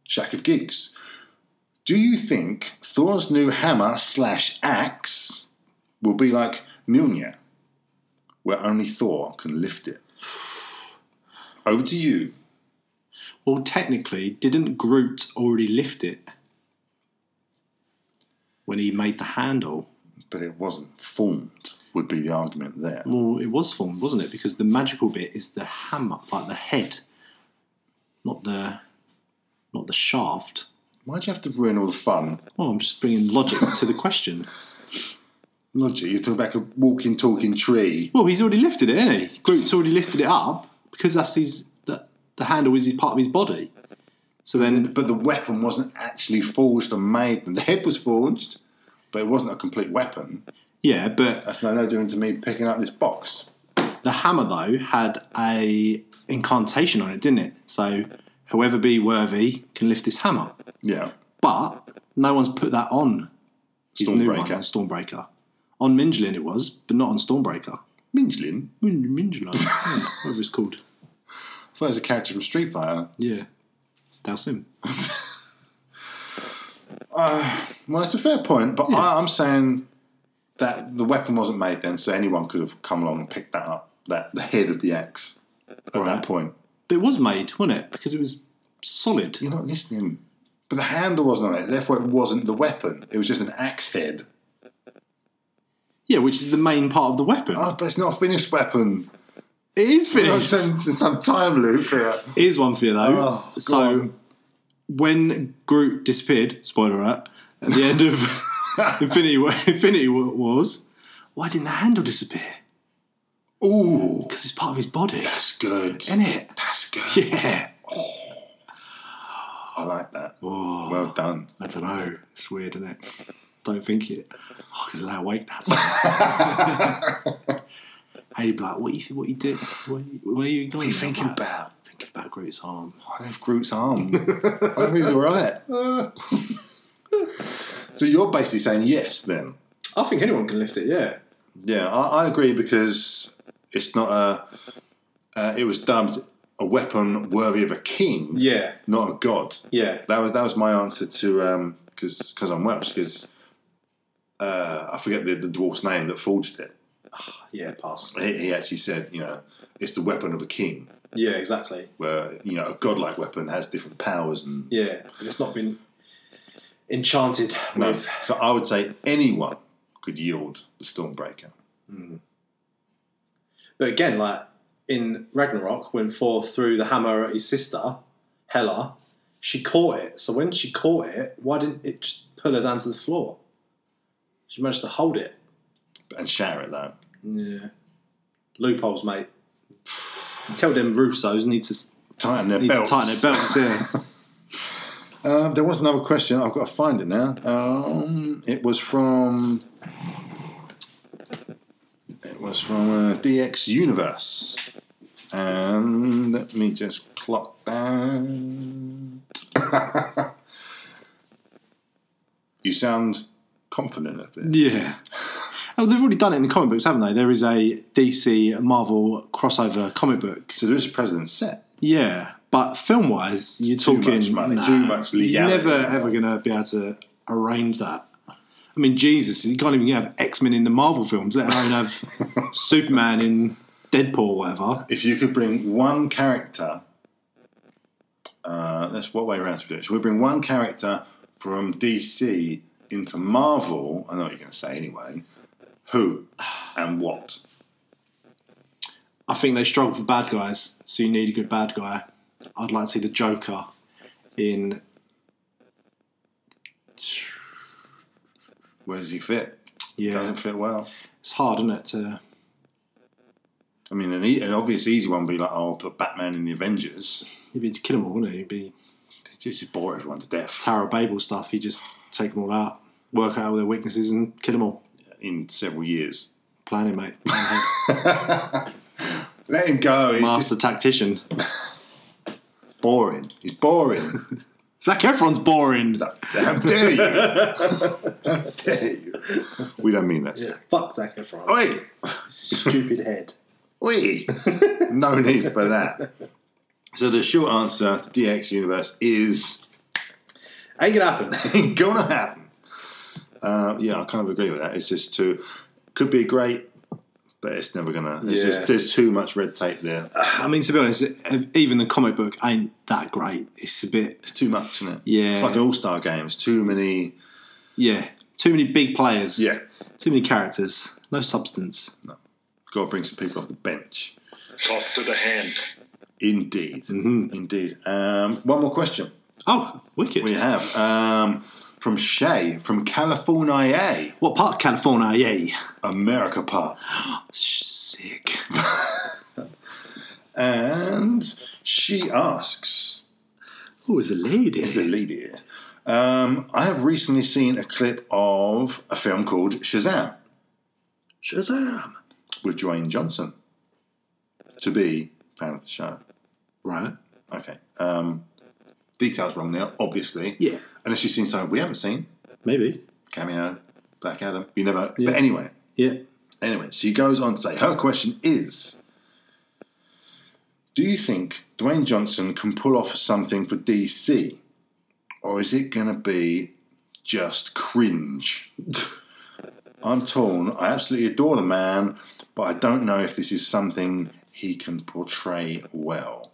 Shack of Gigs. Do you think Thor's new hammer slash axe will be like Mjolnir, where only Thor can lift it? Over to you.
Well, technically, didn't Groot already lift it when he made the handle?
but it wasn't formed would be the argument there.
Well, it was formed, wasn't it? Because the magical bit is the hammer, like the head, not the not the shaft.
Why do you have to ruin all the fun?
Well, I'm just bringing logic to the question.
Logic, you're talking about a walking, talking tree.
Well, he's already lifted it, hasn't he? Groot's already lifted it up because that's his the, the handle is his part of his body. So then,
But the weapon wasn't actually forged and made. The head was forged, but it wasn't a complete weapon.
yeah, but
That's no no different to me picking up this box.
The hammer though had a incantation on it, didn't it? So whoever be worthy can lift this hammer.
Yeah.
But no one's put that on his new one, on
Stormbreaker.
Stormbreaker. On Mingelin it was, but not on Stormbreaker.
Mingelin?
Min- Mingelin, yeah, whatever it's called.
I thought it was a character from Street Fighter.
Yeah, Dalsim.
Uh, well, that's a fair point, but
Yeah.
I, I'm saying that the weapon wasn't made then, so anyone could have come along and picked that up, that the head of the axe at
Alright.
that point.
But it was made, wasn't it? Because it was solid.
You're not listening. But the handle wasn't on it, therefore it wasn't the weapon. It was just an axe head.
Yeah, which is the main part of the weapon.
Oh, but it's not a finished weapon.
it is
We're not
finished.
sending to some time loop here.
Here's one for you though.
Oh, go
so
on.
when Groot disappeared, spoiler alert, at the end of Infinity War, Infinity Wa- Wars, why didn't the handle disappear?
Ooh,
Because it's part of his body,
that's good.
isn't it?
That's good.
Yeah.
I like that.
Oh,
Well done.
I don't know. It's weird, isn't it? Don't think it. I could allow wait that. hey, you'd be like, what you what you did? What you, what are you ignoring?
what are you
me
thinking about?
Thinking about Groot's arm.
I have Groot's arm. I hope he's all right. so you're basically saying yes then?
I think anyone can lift it. Yeah.
Yeah, I, I agree because it's not a. Uh, it was dubbed a weapon worthy of a king,
Yeah.
not a god.
Yeah.
That was that was my answer to because because I'm Welsh because uh, I forget the, the dwarf's name that forged it.
Yeah. Pass.
He, he actually said, you know, it's the weapon of a king,
Yeah. Exactly.
where you know a godlike weapon has different powers and.
Yeah. It's not been enchanted
No. So I would say anyone could yield the Stormbreaker.
But again, like in Ragnarok, when Thor threw the hammer at his sister, Hela, she caught it. So when she caught it, why didn't it just pull her down to the floor? She managed to hold it.
And share it though.
Yeah. Loopholes, mate. Tell them Russos need to,
Tighten their
need to
belts.
tighten their belts, yeah.
Uh, there was another question. I've got to find it now. Um, it was from. It was from uh, DX Universe, and let me just clock that. you sound confident of it.
yeah. Oh, they've already done it in the comic books, haven't they? There is a DC Marvel crossover comic book.
So there is a president set.
Yeah, but film wise, you're
Too
talking
much money, too much legality.
You're never ever going to be able to arrange that. I mean, Jesus, you can't even have X Men in the Marvel films, let alone have Superman in Deadpool or whatever.
If you could bring one character Uh, that's what way around should we do it. Should we bring one character from DC into Marvel? I know what you're going to say anyway. Who and what?
I think they struggle for bad guys, so you need a good bad guy. I'd like to see the Joker in.
Where does he fit?
Yeah,
Doesn't fit well.
it's hard, isn't it? To
I mean, an, e- an obvious easy one would be like, oh, I'll put Batman in the Avengers.
he'd be to kill them all, wouldn't he? He'd be
They just bore everyone to death
Tower of Babel stuff. He'd just take them all out, work out all their weaknesses, and kill them all.
in several years.
Plan it, mate.
Let him go. He's
Master tactician.
just boring. He's boring.
Zac Efron's boring.
How dare you? How dare you? We don't mean that. sir.
Fuck Zac Efron.
Oi!
Stupid head.
Oi! no need for that. So the short answer to DX Universe is
Ain't gonna happen.
ain't gonna happen. Uh, yeah, I kind of agree with that. It's just too could be great, but it's never gonna. It's
Yeah.
just there's too much red tape there.
I mean, to be honest, even the comic book ain't that great. It's a bit,
It's too much, isn't it?
yeah,
It's like an all-star game. It's too many.
yeah, too many big players.
Yeah,
too many characters, no substance.
gotta bring some people off the bench.
Top to the hand.
Indeed,
Mm-hmm.
indeed. Um, one more question
Oh, wicked!
we have um, from Shay from California,
What part of California? Yay!
America Park.
Sick.
And she asks,
Oh, it's a lady.
is a lady. Um, I have recently seen a clip of a film called Shazam. Shazam! With Dwayne Johnson. To be fan of the show.
Right.
Okay. Um, details wrong there, obviously.
Yeah.
Unless you've seen something we haven't seen.
Maybe.
Cameo, Black Adam. You never.
Yeah.
But anyway.
Yeah.
Anyway, she goes on to say her question is Do you think Dwayne Johnson can pull off something for DC? Or is it going to be just cringe? I'm torn. I absolutely adore the man, but I don't know if this is something he can portray well.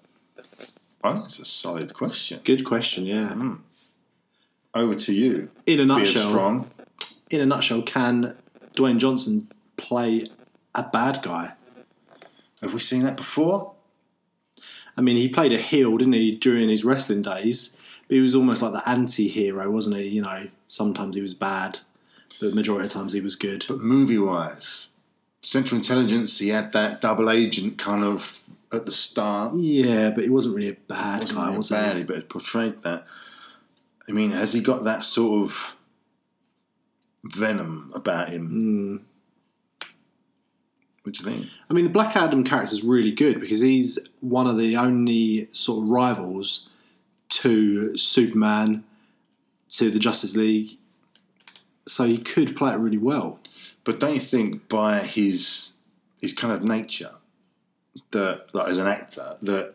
I think it's a solid question.
Good question. Yeah.
Over to you,
In
Beard
a nutshell.
Strong.
In a nutshell, can Dwayne Johnson play a bad guy?
Have we seen that before?
I mean, he played a heel, didn't he, during his wrestling days? But he was almost like the anti-hero, wasn't he? You know, sometimes he was bad, but majority of times he was good.
But movie wise, Central Intelligence, he had that double agent kind of at the start.
Yeah, but he wasn't really a bad
Wasn't
guy,
really
was
badly,
he?
but it portrayed that. I mean, has he got that sort of venom about him?
Mm.
What do you think?
I mean, the Black Adam character is really good because he's one of the only sort of rivals to Superman, to the Justice League. So he could play it really well.
But don't you think by his his kind of nature that like as an actor that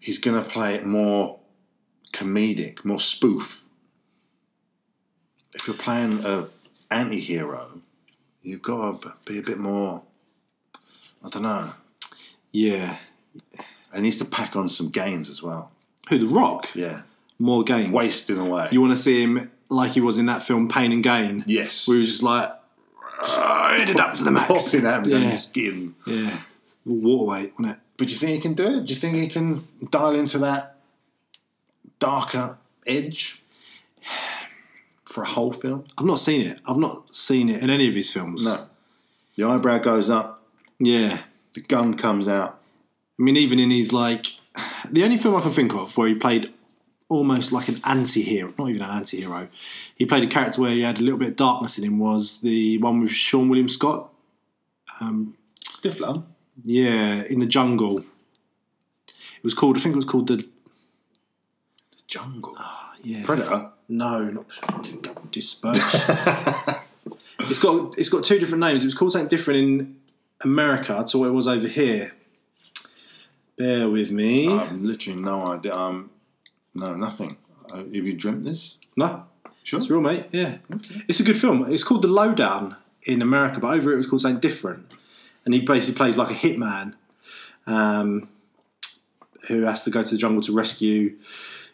he's going to play it more comedic, more spoof. If you're playing a anti-hero, you've got to be a bit more. I don't know.
Yeah.
It needs to pack on some gains as well.
Who, The Rock?
Yeah,
More gains.
wasting away.
You want to see him like he was in that film, Pain and Gain?
yes,
We was just like, ride it up to the max.
popping out of his own
Yeah.
skin.
Yeah. Water weight, wasn't it?
But do you think he can do it? Do you think he can dial into that darker edge for a whole film?
I've not seen it. I've not seen it in any of his films.
No. The eyebrow goes up,
Yeah.
the gun comes out.
I mean, even in his like, the only film I can think of where he played almost like an anti-hero, not even an anti-hero, he played a character where he had a little bit of darkness in him. Was the one with Sean William Scott? Um,
Stiff lung.
yeah, in the jungle. It was called. I think it was called the.
The jungle.
Yeah.
Ah. Predator.
no, not disperse. it's got it's got two different names. It was called something different in America to what it was over here. Bear with me.
I've literally no idea. Um, no, nothing. Uh, have you dreamt this?
no.
Sure.
It's real, mate. Yeah, it's a good film. It's called The Lowdown in America, but over here it was called something different. And he basically plays like a hitman um, who has to go to the jungle to rescue,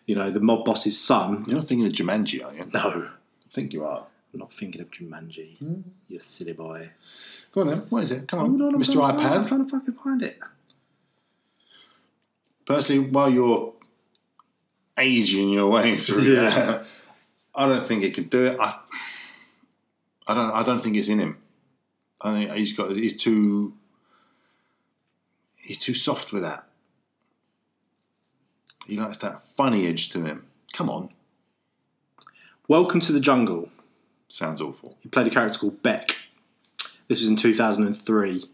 you know, the mob boss's son.
You're not thinking of Jumanji, are you? I
No,
think you are.
I'm not thinking of Jumanji. You silly boy.
Go on then. What is it? Come on,
Hold on, Hmm? I'm
Mr.
trying to- I'm
iPad.
trying to fucking find it.
Personally, while you're aging your way through
Yeah.
that, I don't think it could do it. I, I don't. I don't think it's in him. I think he's got. He's too. He's too soft with that. He likes that funny edge to him. Come on,
Welcome to the Jungle.
sounds awful.
He played a character called Beck. This was in 2003.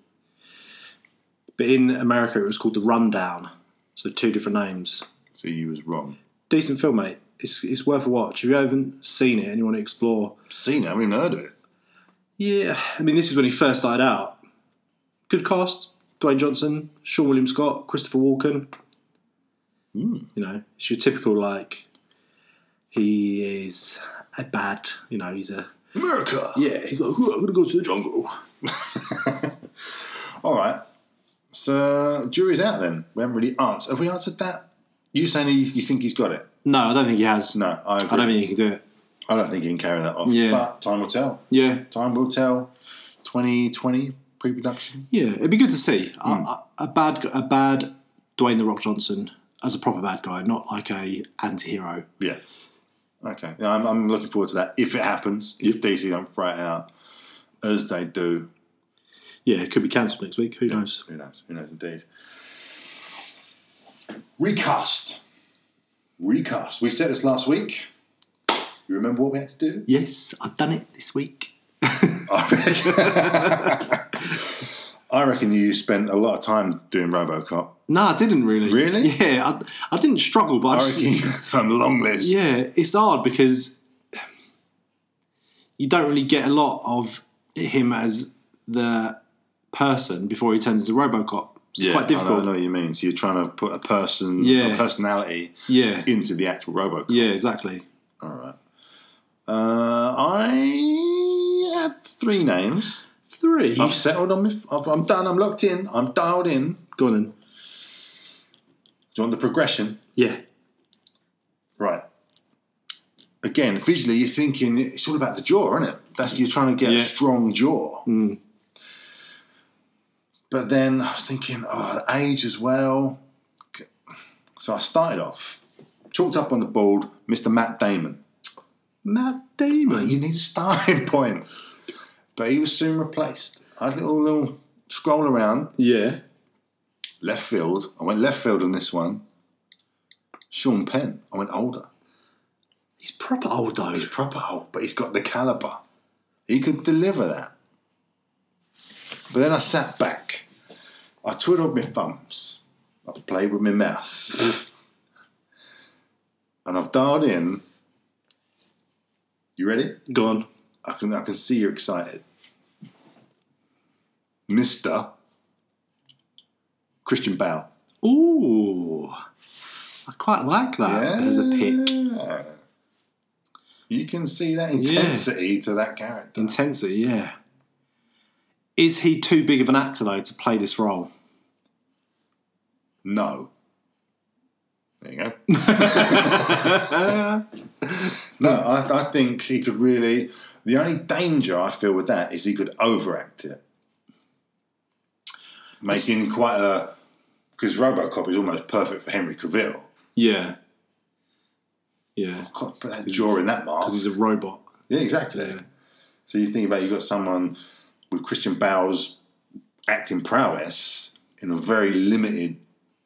But in America, it was called The Rundown. So two different names.
So you was wrong.
Decent film, mate. It's, it's worth a watch. If you haven't seen it and you want to explore,
Seen it? I haven't even heard of it.
yeah, I mean, this is when he first started out. Good cast: Dwayne Johnson, Sean William Scott, Christopher Walken.
Hmm.
You know, it's your typical like. He is a bad. You know, he's a
America.
yeah. He's like, "Ooh, I'm gonna go to the jungle.
All right. So jury's out then. We haven't really answered. Have we answered that? You saying he, you think he's got it?
No, I don't think he has.
No, I agree.
I don't think he can do it.
I don't think he can carry that off.
Yeah.
But time will tell.
Yeah,
Time will tell. 2020 pre-production.
yeah. It'd be good to see a, a, a bad, a bad Dwayne the Rock Johnson as a proper bad guy, not like a anti-hero.
Yeah. Okay. Yeah, I'm, I'm looking forward to that. If it happens, if DC don't throw it out as they do,
Yeah, it could be cancelled next week. Who knows?
who knows? Who knows indeed? Recast. Recast. We said this last week. You remember what we had to do?
Yes, I've done it this week.
I reckon. I reckon you spent a lot of time doing RoboCop.
No, I didn't really.
Really? Oh,
Yeah, I, I didn't struggle, but I
I
just,
reckon you on the long list.
yeah, it's hard because you don't really get a lot of him as the person before he turns into RoboCop. It's
Yeah,
quite
I know,
difficult.
I know what you mean. So you're trying to put a person,
Yeah.
a personality
Yeah,
into the actual RoboCop.
yeah, exactly.
All right. Uh, I had three names.
3
I've settled on. my- I've, I'm done. I'm locked in. I'm dialed in. Do
Go on then.
you want the progression?
Yeah,
Right. Again, visually, you're thinking it's all about the jaw, isn't it? That's you're trying to get
Yeah.
a strong jaw.
Mm.
But then I was thinking, oh, age as well. So I started off, chalked up on the board, Mr. Matt Damon.
Matt
But
Damon.
you need a starting point. But he was soon replaced. I had a little, little scroll around,
Yeah,
left field. I went left field on this one. Sean Penn. I went older.
he's proper old though.
He's proper old, but he's got the caliber. He could deliver that. But then I sat back. I twiddled my thumbs. I played with my mouse. and I've dialed in. You ready?
Go on.
I can I can see you're excited. Mr. Christian Bale.
Ooh, I quite like that as a pick.
Yeah. You can see that
Yeah.
intensity to that character.
Intensity, yeah. Is he too big of an actor though to play this role?
No. There you go.
yeah,
No, I, I think he could really. The only danger I feel with that is he could overact it, making quite a. Because RoboCop is almost perfect for Henry Cavill.
yeah, because
God, put that jaw in that mask.
he's a robot.
Yeah, exactly.
Yeah.
So you think about you've got someone with Christian Bale's acting prowess in a very limited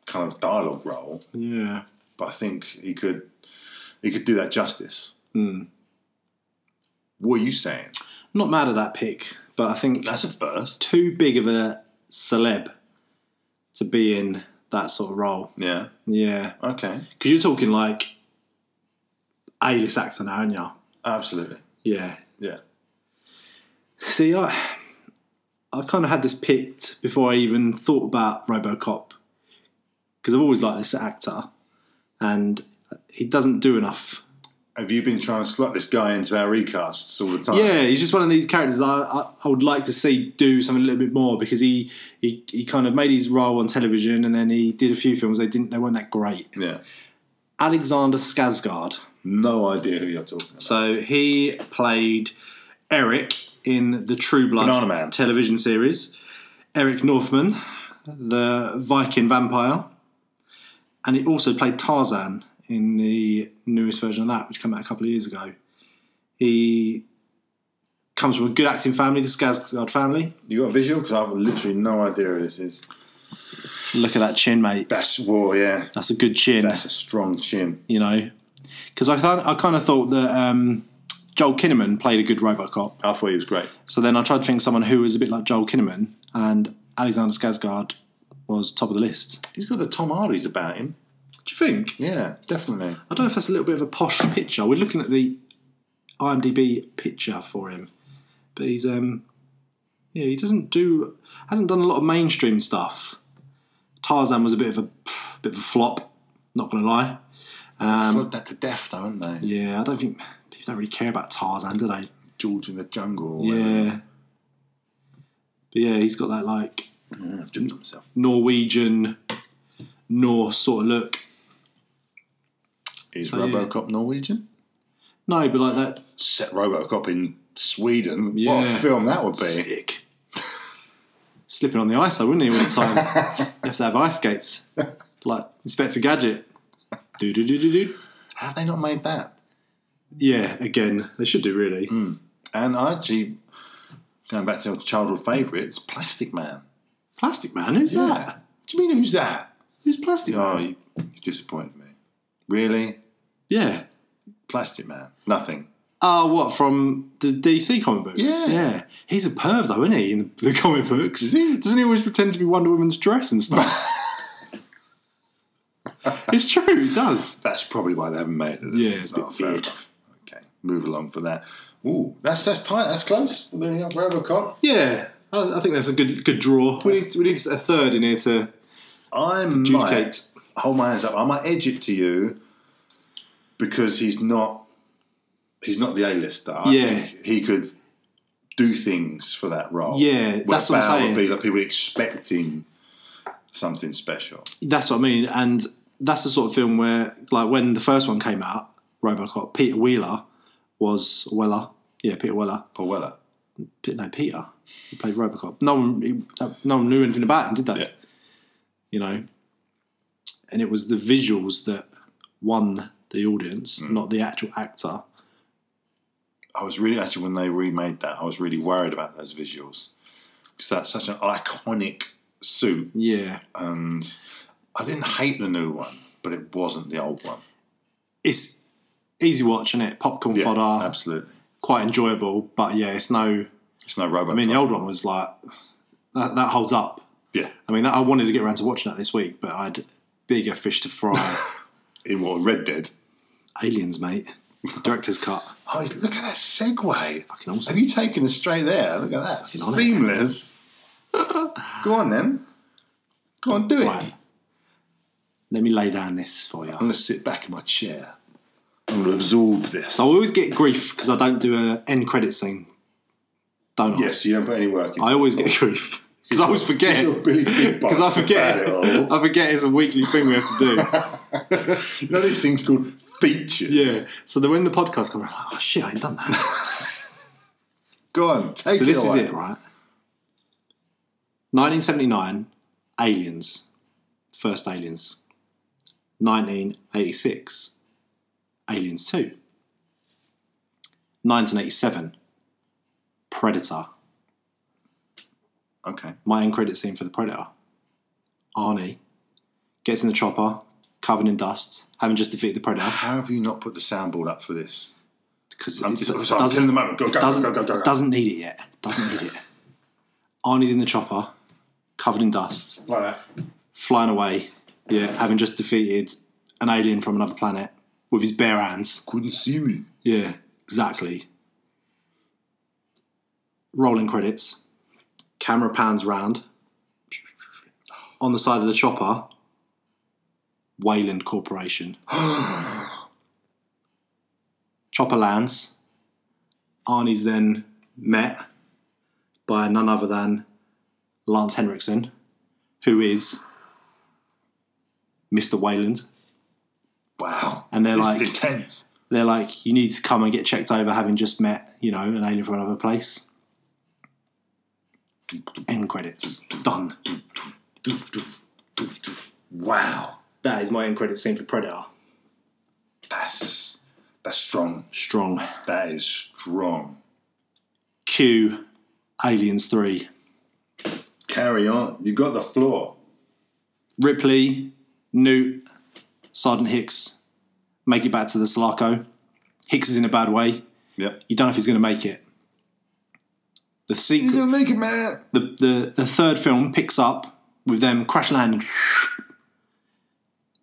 kind of dialogue role,
yeah.
but I think he could he could do that justice.
Mm.
What are you saying?
Not mad at that pick, but I think
That's a first.
too big of a celeb to be in that sort of role.
Yeah.
Yeah,
Okay.
because you're talking like A-list actor now, aren't you?
Absolutely.
Yeah.
Yeah.
See, I I kind of had this picked before I even thought about RoboCop because I've always liked this actor, and he doesn't do enough.
Have you been trying to slot this guy into our recasts all the time?
Yeah, he's just one of these characters I, I I would like to see do something a little bit more because he he, he kind of made his role on television and then he did a few films they didn't they weren't that great
Yeah.
Alexander Skarsgård.
No idea who you're talking about.
So he played Eric in the True Blood
Banana Man.
television series. Eric Northman, the Viking vampire, and he also played Tarzan in the newest version of that, which came out a couple of years ago. He comes from a good acting family, the Skarsgård family.
You got a visual? Because I've literally no idea who this is.
Look at that chin, mate.
That's war, yeah.
That's a good chin.
That's a strong chin.
you know, because I th- I kind of thought that um, Joel Kinnaman played a good RoboCop.
I thought he was great.
So then I tried to think of someone who was a bit like Joel Kinnaman, and Alexander Skarsgård was top of the list.
He's got the Tom Hardy's about him.
Do you think?
Yeah, definitely.
I don't know if that's a little bit of a posh picture. We're looking at the IMDb picture for him, but he's um, yeah, he doesn't do hasn't done a lot of mainstream stuff. Tarzan was a bit of a bit of a flop. Not gonna lie. Um,
Flood that to death, though, haven't they?
yeah, I don't think people don't really care about Tarzan, do they?
George in the jungle.
Yeah. But yeah, he's got that like
yeah jumped on himself.
Norwegian, Norse sort of look.
Is
So, yeah.
RoboCop Norwegian?
No, but like that.
Set RoboCop in Sweden. What a
Yeah.
film that would be.
Sick. Slipping on the ice, I wouldn't he, all the time? you have to have ice skates. Like Inspector Gadget. Do, do, do, do, do.
How have they not made that?
Yeah, again, they should do really.
And I actually, going back to your childhood favourites, Plastic Man.
Plastic Man, who's that?
What do you mean, who's that?
Who's Plastic
Oh,
Man?
you, you disappointed me. Really?
Yeah.
Plastic Man? Nothing.
Oh, what, from the DC comic books?
Yeah.
Yeah. He's a perv, though, isn't he, in the comic books?
Is he?
Doesn't he always pretend to be Wonder Woman's dress and stuff? it's true, he does.
That's probably why they haven't made it. Oh,
Yeah, it's a bit
fair
weird.
enough. Okay, move along for that. Ooh, that's that's tight. That's close. There you go, RoboCop.
Yeah, I, I think that's a good good draw. We need, we need a third in here to
I might
adjudicate.
hold my hands up. I might edge it to you because he's not he's not the A-lister. I
Yeah.
think he could do things for that role.
Yeah, that's what I'm
Bow
saying.
Would be like people expecting something special.
That's what I mean, and that's the sort of film where, like, when the first one came out, RoboCop, Peter Wheeler was Weller. Yeah, Peter Weller.
Pawella.
Pe- No, Peter. He played RoboCop. No one, he- no one knew anything about him, did they?
Yeah.
You know, and it was the visuals that won the audience, not the actual actor.
I was really actually when they remade that, I was really worried about those visuals because that's such an iconic suit,
Yeah.
and I didn't hate the new one, but it wasn't the old one.
it's easy watching it, popcorn
Yeah,
fodder,
absolutely.
quite enjoyable. But yeah, it's no.
It's no robot.
I mean, the old one was like that, that holds up.
yeah,
I mean, that, I wanted to get around to watching that this week, but I had bigger fish to fry.
in what Red Dead.
Aliens, mate. Director's cut.
Oh, he's- look at that segue.
Fucking awesome.
Have you taken us straight there? Look at that.
on it.
Seamless. Go on then. Go on, do it.
Right. Let me lay down this for you.
I'm going to sit back in my chair. I'm going to absorb this.
So I always get grief because I don't do an end credit scene. Don't I?
yes, you don't put any work into
I always get grief because I always forget.
You're big, big
Because I
bucks
forget.
about it all.
I forget it's a weekly thing we have to do.
you know these things called features.
Yeah. So then when the podcast comes, I'm like, oh shit, I ain't done that.
Go on, take
so
it
this is
away.
it, right? 1979, Aliens, first Aliens. 1986, Aliens 2. 1987, Predator.
Okay.
My end credit scene for the Predator. Arnie gets in the chopper, covered in dust, having just defeated the Predator
How have you not put the soundboard up for this?
because
I'm
it
just, sorry, I'm
doesn't
in the moment. Go, go,
doesn't
go, go, go, go.
doesn't need it yet. Doesn't need it. Arnie's in the chopper, covered in dust,
Like that.
flying away. Yeah, having just defeated an alien from another planet with his bare hands.
Couldn't see me.
Yeah, exactly. Rolling credits. Camera pans round. On the side of the chopper, Wayland Corporation. chopper lands. Arnie's then met by none other than Lance Henriksen, who is Mr. Wayland.
Wow.
And they're
this
like-
is intense.
They're like, you need to come and get checked over, having just met, you know, an alien from another place. End credits. Done.
Doof, doof, doof, doof. Wow.
That is my end credit scene for Predator.
That's that's strong.
Strong.
That is strong.
Q. Aliens Three.
Carry on. You got the floor.
Ripley, Newt, Sergeant Hicks make it back to the Sulaco. Hicks is in a bad way.
Yep.
You don't know if he's going to make it. The
You're
sequel,
gonna make it, man.
the, the the third film picks up with them crash landing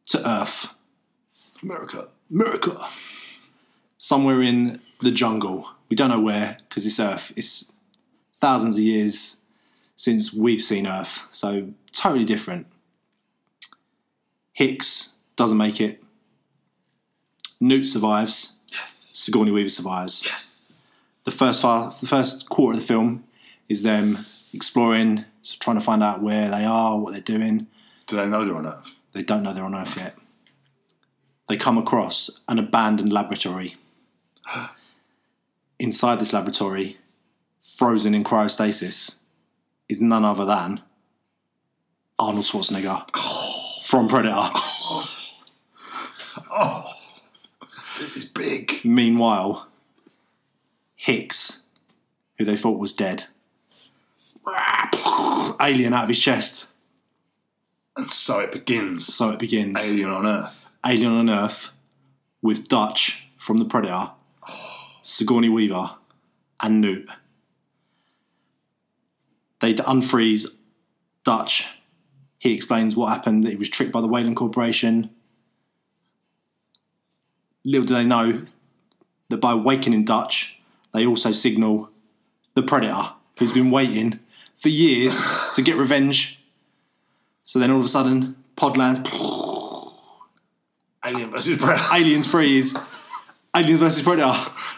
to Earth,
America.
America, somewhere in the jungle. We don't know where because it's Earth. It's thousands of years since we've seen Earth, so totally different. Hicks doesn't make it. Newt survives.
Yes.
Sigourney Weaver survives.
Yes.
The first far, the first quarter of the film is them exploring, trying to find out where they are, what they're doing.
Do they know they're on Earth?
They don't know they're on Earth yet. They come across an abandoned laboratory. Inside this laboratory, frozen in cryostasis, is none other than Arnold Schwarzenegger from Predator.
Oh, this is big.
Meanwhile, Hicks, who they thought was dead, alien out of his chest.
And so it begins.
So it begins.
Alien on Earth.
Alien on Earth with Dutch from The Predator, Sigourney Weaver, and Newt. They d- unfreeze Dutch. He explains what happened, that he was tricked by the Wayland Corporation. Little do they know that by awakening Dutch, they also signal the Predator, who's been waiting for years to get revenge. So then all of a sudden, pod lands.
Alien versus Predator
Aliens 3 is Aliens versus Predator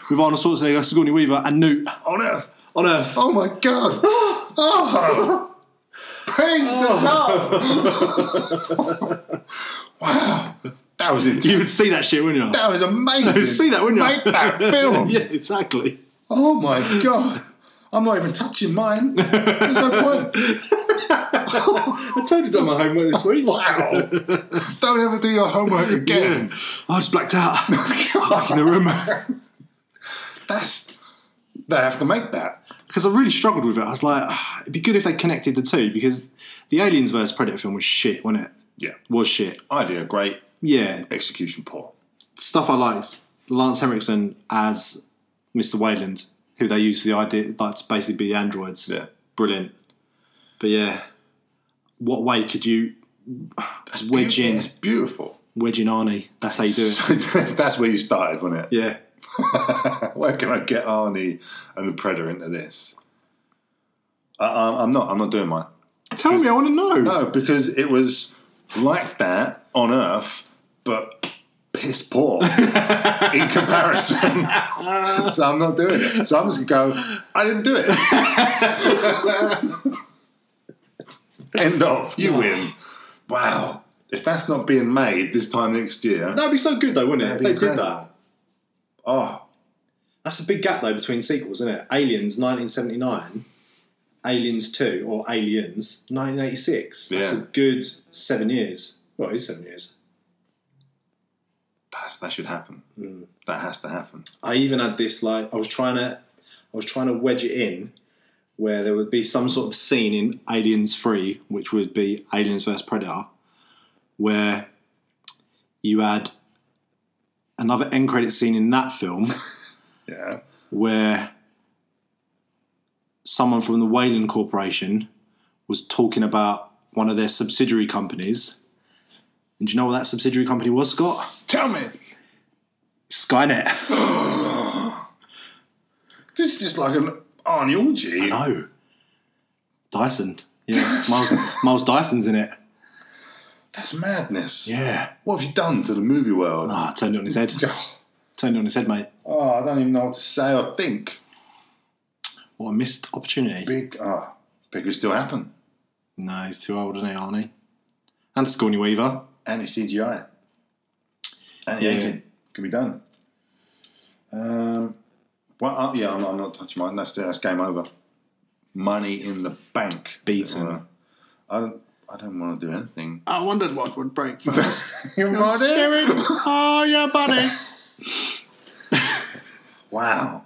with Arnold Schwarzenegger, Sigourney Weaver, and Newt
on Earth.
on Earth.
Oh my god. Oh. Pain
Oh.
Wow. That was
You
intense.
would see that shit, wouldn't you?
That was amazing.
You'd see that, wouldn't you?
Make that film.
yeah, exactly.
Oh my god. I'm not even touching mine. There's no point.
I told you done my homework this week.
Wow. Don't ever do your homework
Yeah.
again.
I just blacked out. I'm back in the room.
That's they have to make that.
Because I really struggled with it. I was like, "Ah, it'd be good if they connected the two because the Aliens versus Predator film was shit, wasn't it?
Yeah.
Was shit.
Idea great,
Yeah.
execution poor.
stuff I liked Lance Henriksen as Mr. Wayland, who they use for the idea like to basically be the androids.
Yeah.
Brilliant. But yeah. What way could you
That's
Wedge
beautiful.
in.
That's beautiful.
wedge in Arnie? That's how you do it.
So that's- that's where you started, wasn't it?
Yeah.
Where can I get Arnie and the Predator into this? I, I'm, I'm not. I'm not doing mine.
Tell me, I want to know.
No, because it was like that on Earth, but piss poor in comparison. so I'm not doing it. So I'm just gonna go. I didn't do it. End of. You win. Wow. If that's not being made this time next year,
That'd be so good though, wouldn't it? If
That'd
they
be
did
incredible.
that.
oh,
That's a big gap though between sequels, isn't it? Aliens 1979, Aliens 2, or Aliens 1986. That's
Yeah.
a good seven years. Well, it is seven years.
that's, that should happen.
Mm.
That has to happen.
I even had this like I was trying to I was trying to wedge it in where there would be some sort of scene in Aliens 3, which would be Aliens vs Predator, where you had another end credit scene in that film
Yeah.
where someone from the Wayland Corporation was talking about one of their subsidiary companies. And do you know what that subsidiary company was, Scott?
Tell me.
Skynet.
This is just like an Arnie orgy.
No. Dyson. Yeah. Miles, Miles Dyson's in it.
That's madness.
Yeah.
What have you done to the movie world?
Ah, turned it on his head. Turned it on his head, mate.
Oh, I don't even know what to say or think.
What a missed opportunity.
Big, ah, big could still happen.
No, he's too old, isn't he, Arnie? And Scorny Weaver.
Anti CGI. and the
Yeah.
agent can be done. Um, well, uh, yeah, I'm, I'm not touching mine. That's that's game over. Money in the bank.
Beaten.
Uh, I don't, I don't want to do anything.
I wondered what would break first.
Your
Your spirit. Oh, yeah, buddy.
Wow.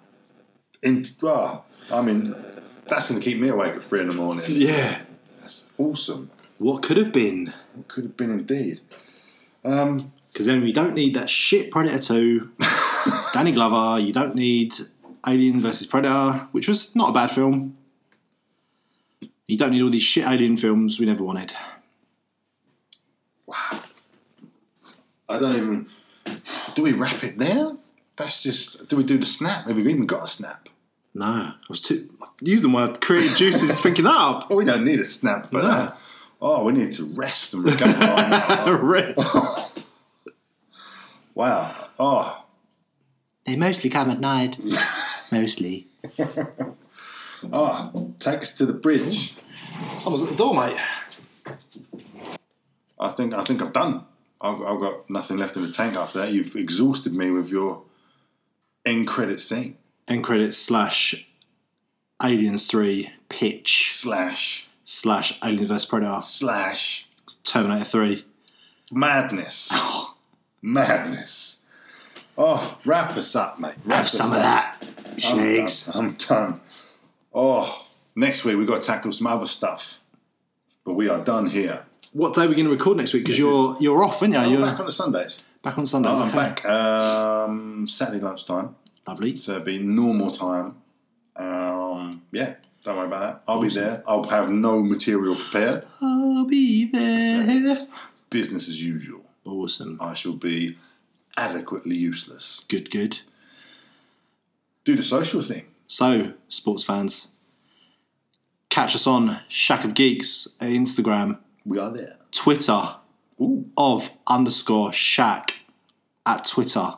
In, well, I mean, that's going to keep me awake at three in the morning.
yeah.
That's awesome.
What could have been?
It could have been indeed. Um,
Because then we don't need that shit Predator 2, Danny Glover, you don't need Alien versus Predator, which was not a bad film. You don't need all these shit alien films we never wanted.
I don't even. Do we wrap it there? That's just. Do we do the snap? Have we even got a snap?
No, I was too using my creative juices thinking that up.
Well, we don't need a snap for
No.
that. Oh, we need to rest and recover. right
Rest.
now. wow. Oh,
They mostly come at night. mostly.
oh, take us to the bridge.
Someone's at the door, mate.
I think. I think I'm done. I've, I've got nothing left in the tank after that. You've exhausted me with your end credit scene
End credits slash Aliens 3 pitch
slash
slash Alien vs Predator
slash
Terminator 3.
madness.
Oh,
Madness. Oh, wrap us up, mate. Wrap
Have
us
some of
up.
that,
I'm done.
Schnegs.
I'm done. Oh, next week we've got to tackle some other stuff. But we are done here.
What day are we going to record next week? Because you're you're off, aren't you?
I'm
you're
back on the Sundays.
back on Sunday.
No, I'm
okay.
back um, Saturday lunchtime.
Lovely.
So it'll be normal time. Um, yeah, don't worry about that. I'll be there. I'll have no material prepared.
I'll be
So
there.
it's business as usual.
Awesome.
I shall be adequately useless.
Good, good.
Do the social thing.
So, sports fans, catch us on Shack of Geeks at Instagram,
We are there.
Twitter
Ooh.
of underscore Shack at Twitter,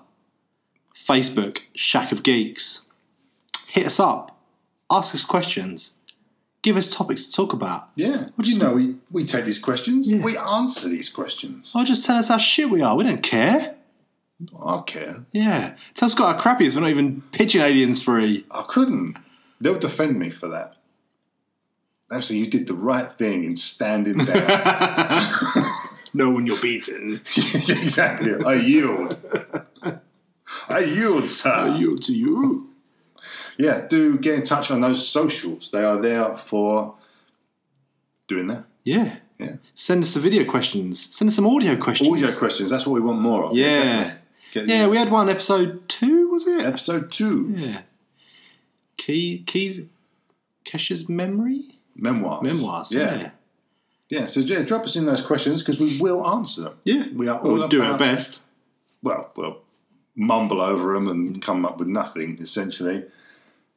Facebook Shack of Geeks. Hit us up, ask us questions, give us topics to talk about,
Yeah. What do you know? We, we take these questions,
Yeah.
we answer these questions.
or just tell us how shit we are. We don't care.
I care.
Yeah, tell us what our crap is. We're not even pigeon aliens free.
I couldn't. They'll defend me for that. Actually, you did the right thing in standing down.
no, when you're beaten,
exactly. I yield. I yield, sir.
you to you.
Yeah, do get in touch on those socials. They are there for doing that.
Yeah.
Yeah.
Send us some video questions. Send us some audio questions.
Audio questions. That's what we want more of.
Yeah.
Get-
Yeah, we had one episode two, was it?
Episode two,
Yeah. Key Keys Kesha's memory?
memoirs.
Memoirs,
yeah.
yeah.
Yeah, So yeah, drop us in those questions because we will answer them.
Yeah.
We are all
We'll do our
about-
best.
well, well, mumble over them and come up with nothing essentially.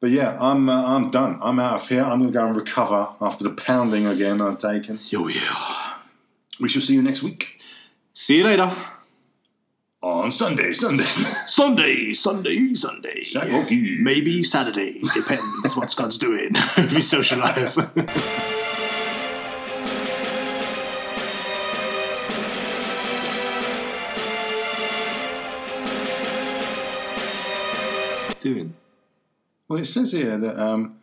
But yeah, I'm uh, I'm done. I'm out of here. I'm going to go and recover after the pounding again I've taken.
Yo yeah.
We shall see you next week
See you later.
on Sunday. Sunday.
Sunday, Sunday, Sunday.
Jack Hawkey.
Maybe Saturday. Depends what Scott's doing with his social life. doing?
Well, it says here that um,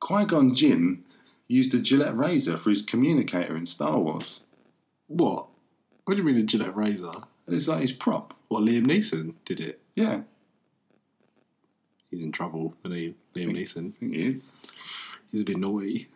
Qui Gon Jinn used a Gillette razor for his communicator in Star Wars.
What? What do you mean a Gillette razor?
It's like his prop.
What, Liam Neeson did it?
Yeah,
He's in trouble, isn't he? Liam Neeson.
I think it is.
He's been naughty.